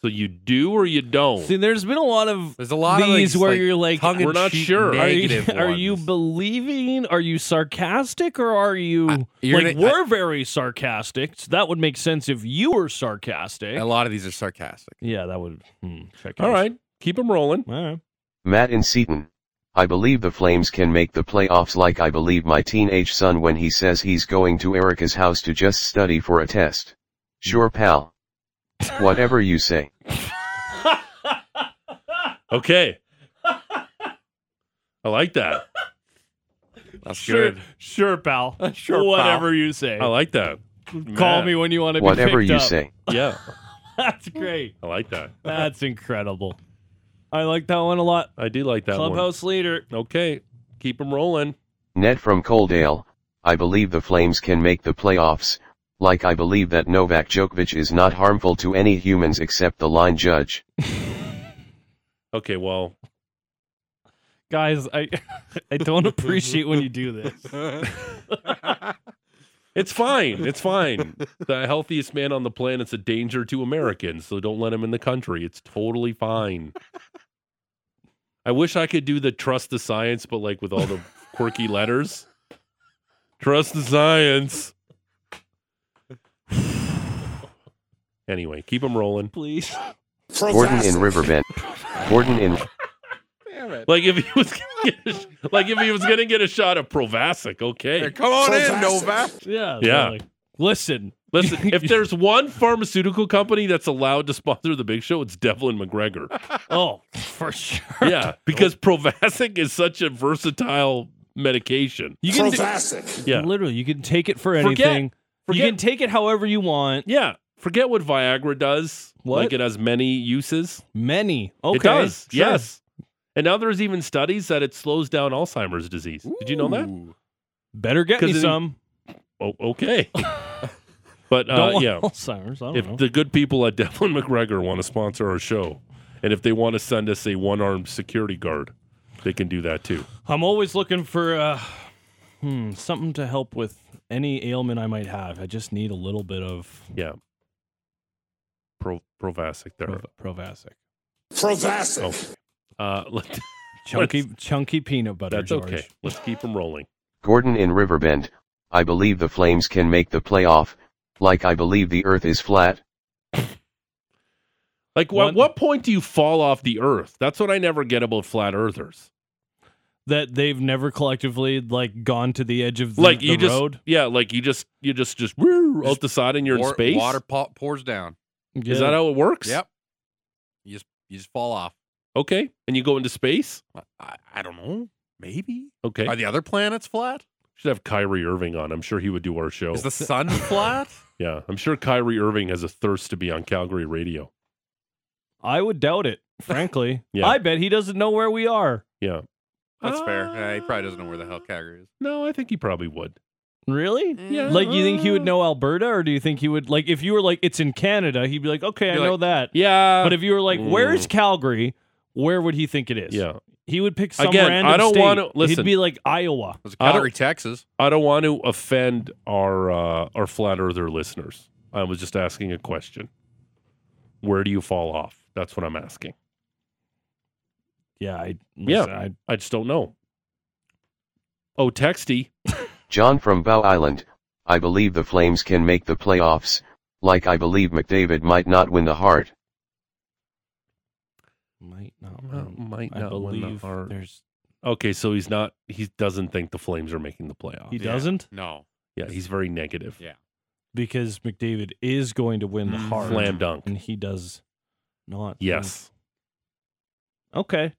Speaker 2: So you do or you don't?
Speaker 3: See, there's been a lot of
Speaker 4: there's
Speaker 2: a lot of
Speaker 3: these
Speaker 2: these,
Speaker 3: where
Speaker 2: like,
Speaker 3: you're like,
Speaker 2: tongue in We're not cheek sure.
Speaker 3: Are you,
Speaker 2: negative
Speaker 3: <laughs> are you believing? Are you sarcastic, or are you
Speaker 4: you're
Speaker 3: like
Speaker 4: gonna-
Speaker 3: we're very sarcastic? So that would make sense if you were sarcastic.
Speaker 4: A lot of these are sarcastic.
Speaker 3: Yeah, that would. Hmm, check
Speaker 2: All
Speaker 3: out.
Speaker 2: right, keep them rolling.
Speaker 3: All right.
Speaker 16: Matt and Seaton. I believe the Flames can make the playoffs like I believe my teenage son when he says he's going to Erica's house to just study for a test. Sure pal. Whatever you say.
Speaker 3: <laughs>
Speaker 2: Okay. I like that.
Speaker 4: That's
Speaker 3: Sure, <laughs> sure, pal. Oh,
Speaker 2: Sure, pal.
Speaker 3: Whatever you say.
Speaker 2: I like that.
Speaker 3: Call
Speaker 2: Yeah.
Speaker 3: me when you want to.
Speaker 16: Whatever
Speaker 3: be picked
Speaker 16: you
Speaker 3: up.
Speaker 16: say.
Speaker 2: Yeah,
Speaker 3: <laughs> That's great.
Speaker 2: I like that.
Speaker 3: That's incredible. I like that one a lot.
Speaker 2: I do like that one.
Speaker 3: Clubhouse leader.
Speaker 2: Okay, keep them rolling.
Speaker 16: Ned from Coldale. I believe the Flames can make the playoffs, like I believe that Novak Djokovic is not harmful to any humans except the line judge.
Speaker 2: Okay, well,
Speaker 3: Guys, I <laughs> I don't appreciate when you do this.
Speaker 2: It's fine. It's fine. the healthiest man on the planet's a danger to Americans, so don't let him in the country. It's totally fine. I wish I could do the trust the science, but like with all the quirky letters. Trust the science. anyway, keep them rolling.
Speaker 3: Please.
Speaker 16: Gordon in Riverbend. Gordon in.
Speaker 2: Like if he was gonna get a sh- like if he was gonna get a shot of Provasic, okay.
Speaker 4: come on in, Novak.
Speaker 3: Yeah.
Speaker 2: Yeah.
Speaker 3: really. Listen.
Speaker 2: Listen, if there's one pharmaceutical company that's allowed to sponsor the Big Show, it's Devlin McGregor.
Speaker 3: Oh, for <laughs> sure.
Speaker 2: Yeah, <laughs> because Provasic is such a versatile medication.
Speaker 3: You can
Speaker 2: Yeah.
Speaker 3: Literally, you can take it for
Speaker 2: Forget-
Speaker 3: anything.
Speaker 2: forget-
Speaker 3: You can take it however you want.
Speaker 2: Yeah. Forget what Viagra does.
Speaker 3: What?
Speaker 2: Like it has many uses.
Speaker 3: Many. Okay.
Speaker 2: It does.
Speaker 3: sure.
Speaker 2: Yes. And now there's even studies that it slows down Alzheimer's disease. Did you know that?
Speaker 3: Better get me
Speaker 2: 'Cause it-
Speaker 3: some.
Speaker 2: Oh,
Speaker 3: <laughs>
Speaker 2: okay. but uh,
Speaker 3: don't want <laughs>
Speaker 2: yeah,
Speaker 3: Alzheimer's. I don't
Speaker 2: if
Speaker 3: know.
Speaker 2: the good people at Devlin McGregor want to sponsor our show, and if they want to send us a one-armed security guard, they can do that too.
Speaker 3: I'm always looking for uh, hmm, something to help with any ailment I might have. I just need a little bit of
Speaker 2: Yeah. Pro Provasic there.
Speaker 3: Provasic.
Speaker 2: Provasic. Oh. Uh, <laughs> let-
Speaker 3: Chunky, chunky peanut butter.
Speaker 2: That's
Speaker 3: George.
Speaker 2: okay. Let's keep them rolling.
Speaker 16: Gordon in Riverbend. I believe the Flames can make the playoff, like I believe the earth is flat.
Speaker 2: Like, wh- at what point do you fall off the earth? That's what I never get about flat earthers.
Speaker 3: That they've never collectively like gone to the edge of the,
Speaker 2: Like
Speaker 3: the
Speaker 2: you just,
Speaker 3: road.
Speaker 2: yeah, like you just, you just, just, woo, out the side and you're in
Speaker 4: Or-
Speaker 2: space.
Speaker 4: Water po- pours down.
Speaker 2: Is that how it works?
Speaker 4: Yep. You just you just fall off.
Speaker 2: Okay, and you go into space.
Speaker 4: I, I don't know. Maybe.
Speaker 2: Okay,
Speaker 4: Are the other planets flat?
Speaker 2: should have Kyrie Irving on. I'm sure he would do our show.
Speaker 4: Is the sun flat?
Speaker 2: yeah, I'm sure Kyrie Irving has a thirst to be on Calgary radio.
Speaker 3: I would
Speaker 2: <laughs>
Speaker 3: doubt it, frankly.
Speaker 2: Yeah.
Speaker 3: I bet he doesn't know where we are.
Speaker 2: Yeah,
Speaker 4: That's fair. Yeah, he probably doesn't know where the hell Calgary is.
Speaker 2: Uh, no, I think he probably would.
Speaker 3: Really?
Speaker 2: Yeah.
Speaker 3: Like, you think he
Speaker 2: Uh-huh.
Speaker 3: would know Alberta, or do you think he would like if you were like it's in Canada, he'd be like, okay, I
Speaker 4: Be
Speaker 3: know
Speaker 4: like,
Speaker 3: that.
Speaker 2: Yeah,
Speaker 3: But if you were like, where is
Speaker 2: Mm.
Speaker 3: Calgary? Where would he think it is?
Speaker 2: Yeah.
Speaker 3: He would pick some
Speaker 2: Again,
Speaker 3: random
Speaker 2: I don't
Speaker 3: state.
Speaker 2: wanna- listen.
Speaker 3: He'd be like Iowa.
Speaker 4: It's
Speaker 2: I don't-
Speaker 4: Calgary, Texas.
Speaker 2: I don't want to offend our uh, our flat earther listeners. I was just asking a question. Where do you fall off? That's what I'm asking.
Speaker 3: Yeah, I
Speaker 2: yeah, I, just don't know. Oh, texty.
Speaker 16: John from Bow Island. I believe the Flames can make the playoffs, like I believe McDavid might not win the heart.
Speaker 3: might not.
Speaker 2: might
Speaker 3: I
Speaker 2: not win the
Speaker 3: believe
Speaker 2: heart.
Speaker 3: there's.
Speaker 2: Okay, so he's not. He doesn't think the Flames are making the playoffs.
Speaker 3: He doesn't
Speaker 4: No.
Speaker 2: yeah, he's very negative.
Speaker 4: Yeah.
Speaker 3: because McDavid is going to win the
Speaker 2: Mm.
Speaker 3: heart.
Speaker 2: Slam dunk.
Speaker 3: and he does not.
Speaker 2: Yes.
Speaker 3: Okay.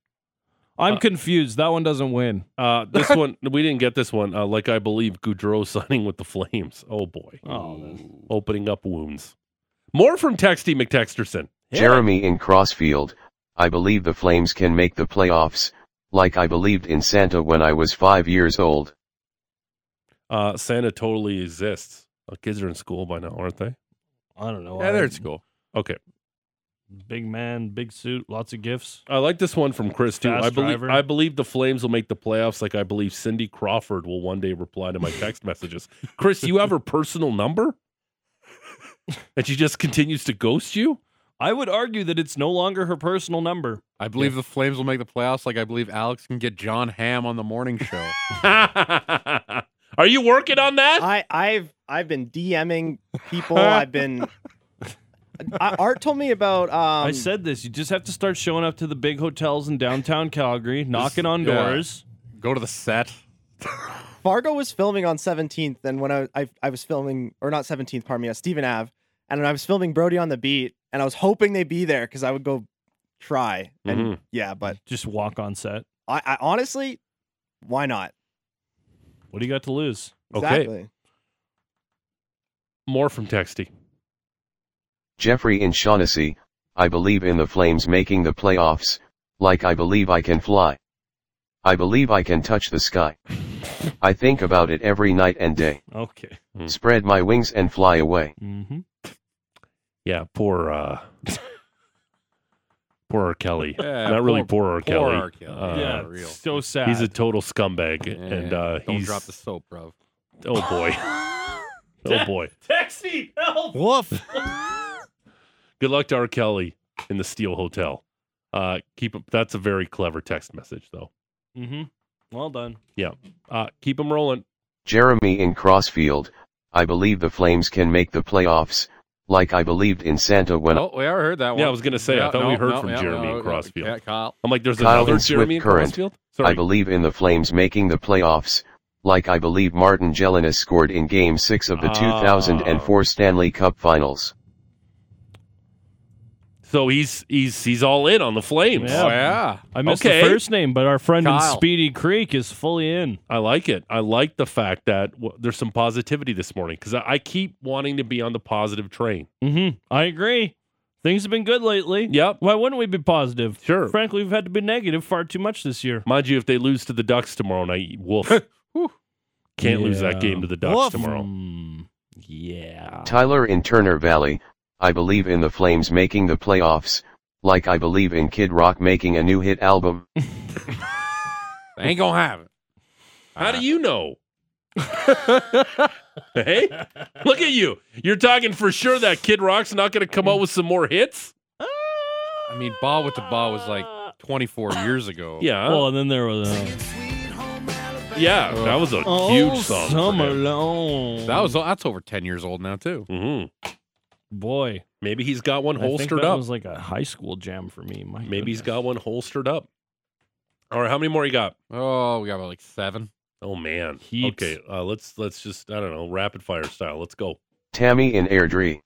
Speaker 3: I'm
Speaker 2: Uh,
Speaker 3: confused. That one doesn't win.
Speaker 2: Uh,
Speaker 3: <laughs>
Speaker 2: this one we didn't get this one. Uh, like I believe Goudreau <laughs> signing with the Flames. Oh boy,
Speaker 3: Oh, that's-
Speaker 2: opening up wounds. More from Texty McTexterson.
Speaker 16: Jeremy in Crossfield. I believe the Flames can make the playoffs, like I believed in Santa when I was five years old.
Speaker 2: Uh, Santa totally exists. Uh, kids are in school by now, aren't they?
Speaker 3: I don't know.
Speaker 2: Yeah, they're at school. Okay.
Speaker 3: Big man, big suit, lots of gifts.
Speaker 2: I like this one from Chris too.
Speaker 3: Fast
Speaker 2: I believe
Speaker 3: driver.
Speaker 2: I believe the Flames will make the playoffs. Like I believe Cindy Crawford will one day reply to my text
Speaker 3: <laughs>
Speaker 2: messages. Chris, you have her personal number, and she just continues to ghost you.
Speaker 3: I would argue that it's no longer her personal number.
Speaker 4: I believe the Flames will make the playoffs. Like I believe Alex can get John Hamm on the
Speaker 2: <laughs>
Speaker 4: morning show.
Speaker 2: <laughs> Are you working on that?
Speaker 5: I, I've I've been DMing people.
Speaker 2: <laughs>
Speaker 5: I've been. I, Art told me about. Um,
Speaker 3: I said this. You just have to start showing up to the big hotels in downtown Calgary, knocking on
Speaker 5: yeah.
Speaker 3: doors.
Speaker 4: Go to the set.
Speaker 5: Fargo was filming on 17th, and when I, I I was filming, or not 17th, pardon me, uh, Stephen Ave, and when I was filming Brody on the Beat, and I was hoping they'd be there because I would go try. And
Speaker 2: Mm-hmm.
Speaker 3: Mhm.
Speaker 5: yeah, but
Speaker 3: just walk on set.
Speaker 5: I, I honestly, why not?
Speaker 3: What do you got to lose?
Speaker 5: Exactly.
Speaker 2: More from Texty.
Speaker 16: Jeffrey in Shaughnessy, I believe in the Flames making the playoffs, like I believe I can fly. I believe I can touch the sky. I think about it every night and day.
Speaker 3: Okay.
Speaker 16: Spread my wings and fly away.
Speaker 3: Mm-hmm.
Speaker 2: Yeah, poor uh poor R. Kelly.
Speaker 3: Yeah,
Speaker 2: Not really
Speaker 3: poor-
Speaker 2: poor R.
Speaker 3: poor
Speaker 2: Kelly.
Speaker 3: R. Kelly. Yeah,
Speaker 2: Uh, real.
Speaker 3: so sad.
Speaker 2: He's a total scumbag and uh
Speaker 4: Don't
Speaker 2: he's
Speaker 4: drop the soap, bro.
Speaker 2: Oh
Speaker 3: <laughs>
Speaker 2: boy. oh boy.
Speaker 3: Texty, help!
Speaker 10: Woof.
Speaker 2: Good luck to R. Kelly in the Steel Hotel. Uh keep him that's a very clever text message though.
Speaker 3: Mm-hmm. Well done.
Speaker 2: Yeah. Uh keep him rolling.
Speaker 16: Jeremy in Crossfield, I believe the Flames can make the playoffs, like I believed in Santa when
Speaker 4: Oh, we already heard that one.
Speaker 2: Yeah, I was gonna say, I
Speaker 4: Yeah,
Speaker 2: thought we
Speaker 4: no,
Speaker 2: heard
Speaker 4: no,
Speaker 2: from
Speaker 4: yeah,
Speaker 2: Jeremy
Speaker 4: no,
Speaker 2: in Crossfield.
Speaker 4: Yeah, Kyle.
Speaker 2: I'm like, there's
Speaker 16: Kyle
Speaker 2: another
Speaker 16: and
Speaker 2: Jeremy in
Speaker 16: Swift Current,
Speaker 2: Crossfield?
Speaker 16: I believe in the Flames making the playoffs, like I believe Martin Jelinek scored in Game 6 of the
Speaker 2: Ah.
Speaker 16: 2004 Stanley Cup Finals.
Speaker 2: So he's he's he's all in on the flames.
Speaker 3: Yeah. Oh, yeah. I missed the first name, but our friend in Speedy Creek is fully in.
Speaker 2: I like it. I like the fact that w- there's some positivity this morning because I, I keep wanting to be on the positive train.
Speaker 3: Mm-hmm. I agree. Things have been good lately.
Speaker 2: Yep.
Speaker 3: Why wouldn't we be positive?
Speaker 2: Sure.
Speaker 3: Frankly, we've had to be negative far too much this year.
Speaker 2: Mind you, if they lose to the Ducks tomorrow night,
Speaker 3: <laughs>
Speaker 2: Wolf can't lose that game to the Ducks
Speaker 3: Woof.
Speaker 2: tomorrow. Hmm.
Speaker 3: Yeah.
Speaker 16: Tyler in Turner Valley, I believe in the Flames making the playoffs, like I believe in Kid Rock making a new hit album.
Speaker 4: Ain't gonna happen.
Speaker 2: How do you
Speaker 16: <laughs>
Speaker 2: know? hey, look at you. You're talking for sure that Kid Rock's not going to come out with some more hits.
Speaker 4: I mean, Ba with the Ba
Speaker 2: <laughs>
Speaker 4: was like 24 years ago.
Speaker 2: Yeah.
Speaker 3: Uh, Well, and then there was. Uh,
Speaker 2: yeah, that was a
Speaker 3: Oh,
Speaker 2: huge song. for
Speaker 3: Summer
Speaker 2: him.
Speaker 3: Long.
Speaker 4: That was that's over 10 years old now too.
Speaker 2: Mm-hmm.
Speaker 3: boy.
Speaker 2: Maybe he's got one
Speaker 3: I think
Speaker 2: holstered
Speaker 3: that
Speaker 2: up.
Speaker 3: was like a high school jam for me. My
Speaker 2: Maybe he's got one holstered up. All right, how many more you got?
Speaker 4: Oh, we got about like 7.
Speaker 2: Oh man.
Speaker 3: Heaps.
Speaker 2: Okay, uh, let's let's just I don't know, rapid fire style. Let's go.
Speaker 16: Tammy in Airdrie.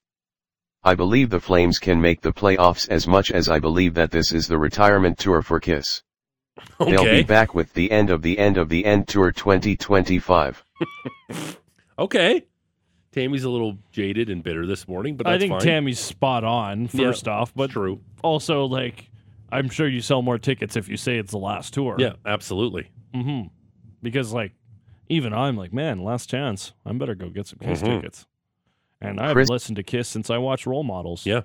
Speaker 16: I believe the Flames can make the playoffs as much as I believe that this is the retirement tour for KISS. <laughs> They'll
Speaker 2: Okay.
Speaker 16: be back with the end of the end of the end tour 2025.
Speaker 2: Okay. Tammy's a little jaded and bitter this morning, but
Speaker 3: I
Speaker 2: that's
Speaker 3: think
Speaker 2: fine.
Speaker 3: Tammy's spot on.
Speaker 2: Yeah,
Speaker 3: First off, but
Speaker 2: true.
Speaker 3: Also, like, I'm sure you sell more tickets if you say it's the last tour.
Speaker 2: Yeah, absolutely.
Speaker 3: Mm-hmm. Because like, even I'm like, man, last chance. I better go get some Kiss
Speaker 2: Mm-hmm.
Speaker 16: Mhm.
Speaker 3: tickets. And I've
Speaker 16: Chris-
Speaker 3: listened to Kiss since I watched Role Models.
Speaker 2: Yeah.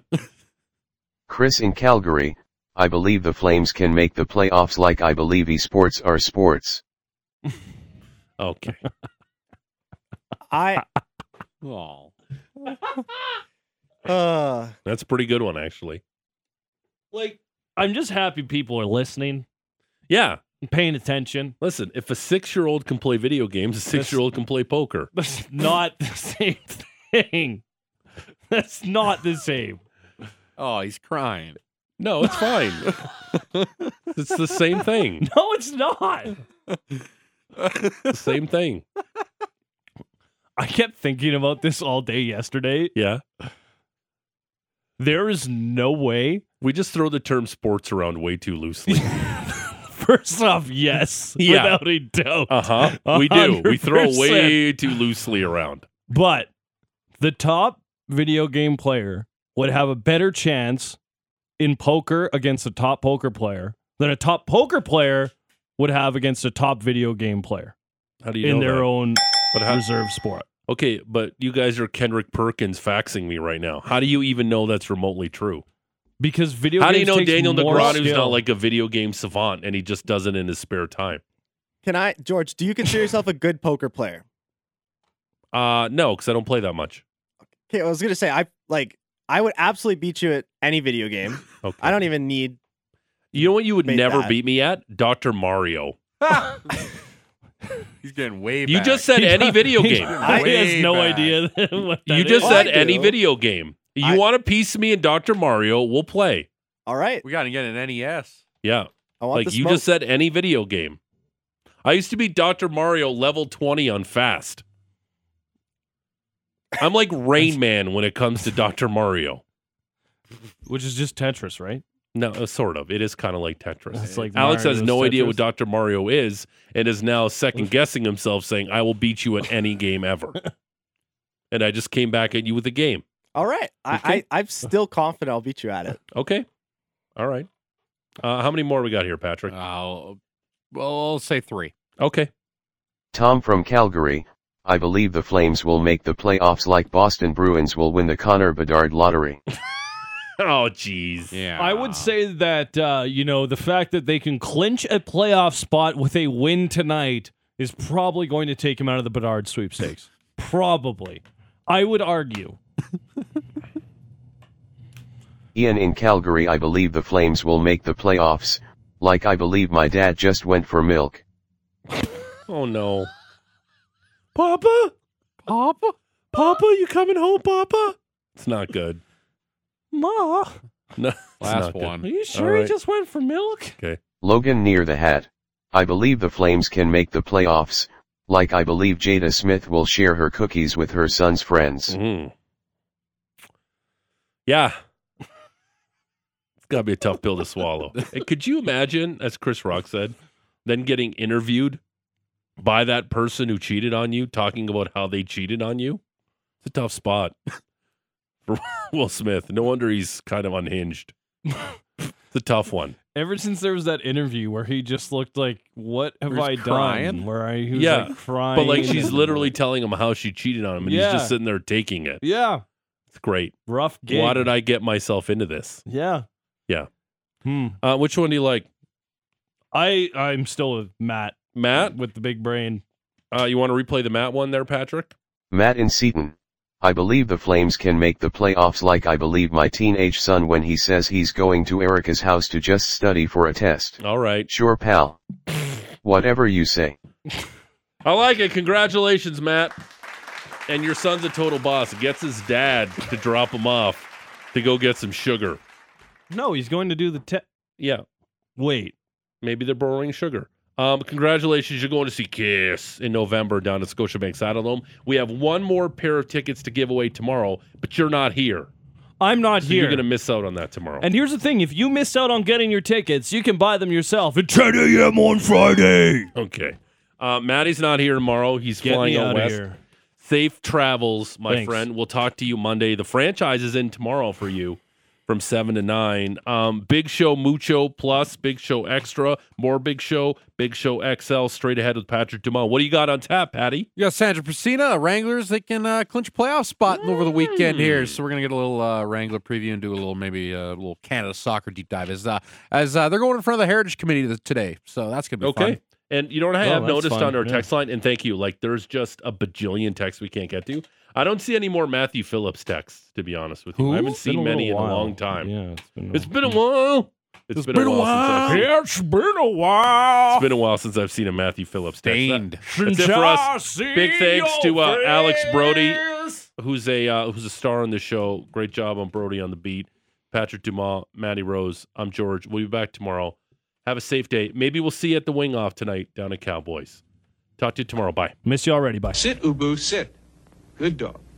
Speaker 16: Chris in Calgary, I believe the Flames can make the playoffs like I believe esports are sports.
Speaker 2: Okay. <laughs>
Speaker 5: I
Speaker 4: Oh.
Speaker 5: uh,
Speaker 2: That's a pretty good one actually.
Speaker 3: Like, I'm just happy people are listening,
Speaker 2: Yeah.
Speaker 3: and paying attention.
Speaker 2: Listen, if a 6-year-old can play video games, a 6-year-old can play poker.
Speaker 3: That's not the same thing. That's not the same.
Speaker 4: Oh, he's crying.
Speaker 2: No, it's
Speaker 3: <laughs>
Speaker 2: fine. it's the same thing.
Speaker 3: No, it's not.
Speaker 2: Same thing.
Speaker 3: I kept thinking about this all day yesterday.
Speaker 2: Yeah.
Speaker 3: There is no way.
Speaker 2: We just throw the term sports around way too loosely.
Speaker 3: <laughs> First off, yes,
Speaker 2: <laughs> Yeah.
Speaker 3: without a doubt.
Speaker 2: Uh huh. We do. We throw
Speaker 3: 100%.
Speaker 2: way too loosely around.
Speaker 3: But the top video game player would have a better chance in poker against a top poker player than a top poker player would have against a top video game player.
Speaker 2: How do you
Speaker 3: in
Speaker 2: know
Speaker 3: their
Speaker 2: that?
Speaker 3: own
Speaker 2: But how-
Speaker 3: reserve sport?
Speaker 2: Okay, but you guys are Kendrick Perkins faxing me right now. How do you even know that's remotely true?
Speaker 3: Because video.
Speaker 2: How do you
Speaker 3: games
Speaker 2: know
Speaker 3: takes
Speaker 2: Daniel
Speaker 3: more
Speaker 2: Negreanu's
Speaker 3: skill.
Speaker 2: not
Speaker 3: <laughs>
Speaker 2: like a video game savant and he just does it in his spare time?
Speaker 5: Can I, George? Do you consider yourself a good poker player?
Speaker 2: Uh no, because I don't play that much.
Speaker 5: Okay, I was gonna say I like I would absolutely beat you at any video game.
Speaker 2: Okay.
Speaker 5: I don't even need.
Speaker 2: You know what you would
Speaker 5: Made
Speaker 2: never
Speaker 5: that.
Speaker 2: beat me at? Dr. Mario.
Speaker 4: He's getting way.
Speaker 2: You
Speaker 4: back.
Speaker 2: just said any video <laughs> game.
Speaker 4: Way back.
Speaker 3: what
Speaker 2: you
Speaker 4: that
Speaker 2: just
Speaker 4: is.
Speaker 2: said
Speaker 4: Oh, I
Speaker 2: any
Speaker 4: do.
Speaker 2: video game. You want a piece of me and Dr. Mario, we'll play.
Speaker 5: All right.
Speaker 4: We got to get an E NES.
Speaker 2: Yeah.
Speaker 5: I want
Speaker 2: like
Speaker 5: the
Speaker 2: you just said any video game. I used to be Dr. Mario level 20 on fast. I'm
Speaker 5: <laughs>
Speaker 2: like Rain Man when it comes to Dr. Mario.
Speaker 3: Which is just Tetris, right?
Speaker 2: No, uh, sort of. It is kind of like Tetris.
Speaker 3: It's like
Speaker 2: Alex has
Speaker 3: Mario's
Speaker 2: no idea
Speaker 3: Tetris.
Speaker 2: what Dr. Mario is and is now second guessing himself, saying, I will beat you at any game ever. and I just came back at you with a game.
Speaker 5: All right, I,
Speaker 2: Okay.
Speaker 5: I I'm still confident I'll beat you at it.
Speaker 2: Okay. All right. Uh, how many more we got here,
Speaker 4: Uh,
Speaker 2: Patrick?
Speaker 4: well, I'll say three.
Speaker 2: Okay. <laughs>
Speaker 16: Tom from Calgary, I believe the Flames will make the playoffs like Boston Bruins will win the Connor Bedard lottery.
Speaker 2: Oh, jeez.
Speaker 4: Yeah.
Speaker 3: I would say that uh, you know the fact that they can clinch a playoff spot with a win tonight is probably going to take him out of the Bedard sweepstakes. probably, I would argue.
Speaker 16: Ian in Calgary, I believe the Flames will make the playoffs, like I believe my dad just went for milk.
Speaker 2: Oh, no. Papa? Papa? Papa, you coming home, Papa? It's not good.
Speaker 3: Ma,
Speaker 2: No, it's
Speaker 16: Last
Speaker 2: not good.
Speaker 16: one.
Speaker 3: are you
Speaker 16: All
Speaker 3: sure he
Speaker 16: right.
Speaker 3: just went for milk?
Speaker 2: Okay.
Speaker 16: Logan near the hat, I believe the Flames can make the playoffs, like I believe Jada Smith will share her cookies with her son's friends.
Speaker 2: Mm. Mm-hmm. Yeah. It's got to be a tough pill to
Speaker 3: <laughs>
Speaker 2: swallow. And could you imagine, as Chris Rock said, then getting interviewed by that person who cheated on you, talking about how they cheated on you? It's a tough spot for <laughs> Will Smith. No wonder he's kind of unhinged. It's a tough one.
Speaker 3: Ever since there was that interview where he just looked like, "What have
Speaker 2: Where
Speaker 3: I
Speaker 2: he's crying?
Speaker 3: done?" Where I, he was
Speaker 2: yeah.
Speaker 3: like crying,
Speaker 2: But like she's
Speaker 3: and-
Speaker 2: literally telling him how she cheated on him, and he's
Speaker 3: Yeah.
Speaker 2: just sitting there taking it.
Speaker 3: <laughs> yeah,
Speaker 2: It's great.
Speaker 3: rough gig.
Speaker 2: Why did I get myself into this?
Speaker 3: Yeah,
Speaker 2: Yeah.
Speaker 3: Hmm.
Speaker 2: Uh, which one do you like?
Speaker 3: I I'm still with Matt.
Speaker 2: Matt
Speaker 3: with the big brain.
Speaker 2: Uh, you want to replay the Matt one there, Patrick?
Speaker 16: Matt in Seton. I believe the Flames can make the playoffs like I believe my teenage son when he says he's going to Erica's house to just study for a test.
Speaker 2: All right.
Speaker 16: Sure, pal. Whatever you say.
Speaker 2: I like it. Congratulations, Matt. And your son's a total boss. Gets his dad to drop him off to go get some sugar.
Speaker 3: No, he's going to do the te-
Speaker 2: Yeah.
Speaker 3: Wait.
Speaker 2: Maybe they're borrowing sugar. Um, congratulations, you're going to see Kiss in November down at Scotiabank Saddledome. We have one more pair of tickets to give away tomorrow, but you're not here.
Speaker 3: I'm not
Speaker 2: So
Speaker 3: here.
Speaker 2: You're going to miss out on that tomorrow.
Speaker 3: And here's the thing: if you miss out on getting your tickets, you can buy them yourself at 10 a.m. on Friday.
Speaker 2: Okay. Uh, Maddie's not here tomorrow. He's
Speaker 3: Get
Speaker 2: flying
Speaker 3: me
Speaker 2: out
Speaker 3: outta
Speaker 2: west.
Speaker 3: here.
Speaker 2: Safe travels, my
Speaker 3: Thanks.
Speaker 2: friend. We'll talk to you Monday. The franchise is in tomorrow for you from 7 to 9. Um, Big Show Mucho Plus, Big Show Extra, more Big Show, Big Show XL, straight ahead with Patrick Dumont. What do you got on tap, Patty?
Speaker 4: You got Sandra Priscina, Wranglers that can uh, clinch a playoff spot over the weekend here.
Speaker 2: Mm.
Speaker 4: So we're gonna get a little uh, Wrangler preview and do a little maybe uh, a little Canada soccer deep dive as uh, as uh, they're going in front of the Heritage Committee th- today. So that's gonna be
Speaker 2: Okay.
Speaker 4: fun.
Speaker 2: And you know what I
Speaker 4: Oh,
Speaker 2: have
Speaker 4: that's
Speaker 2: noticed
Speaker 4: fun,
Speaker 2: on our
Speaker 4: yeah.
Speaker 2: text line? And thank you. Like, there's just a bajillion texts we can't get to. I don't see any more Matthew Phillips texts, to be honest with you.
Speaker 3: Who?
Speaker 2: I haven't
Speaker 3: It's been
Speaker 2: seen
Speaker 3: a
Speaker 2: many in
Speaker 3: little
Speaker 2: a
Speaker 3: while.
Speaker 2: long time.
Speaker 3: Yeah, it's been a,
Speaker 2: it's been a while. it's been, a while, since I've seen
Speaker 3: It's been a while.
Speaker 2: It's been a while since I've seen a Matthew Phillips text. That- That's it
Speaker 3: Since
Speaker 2: for
Speaker 3: I
Speaker 2: us.
Speaker 3: see
Speaker 2: Big thanks to
Speaker 3: your
Speaker 2: uh, Alex Brody,
Speaker 3: face.
Speaker 2: who's a uh, who's a star on the show. Great job on Brody on the beat. Patrick Dumas, Matty Rose. I'm George. We'll be back tomorrow. Have a safe day. Maybe we'll see you at the wing off tonight down at Cowboys. Talk to you tomorrow. Bye.
Speaker 3: Miss you already. Bye.
Speaker 17: Sit, Ubu, sit. Good dog.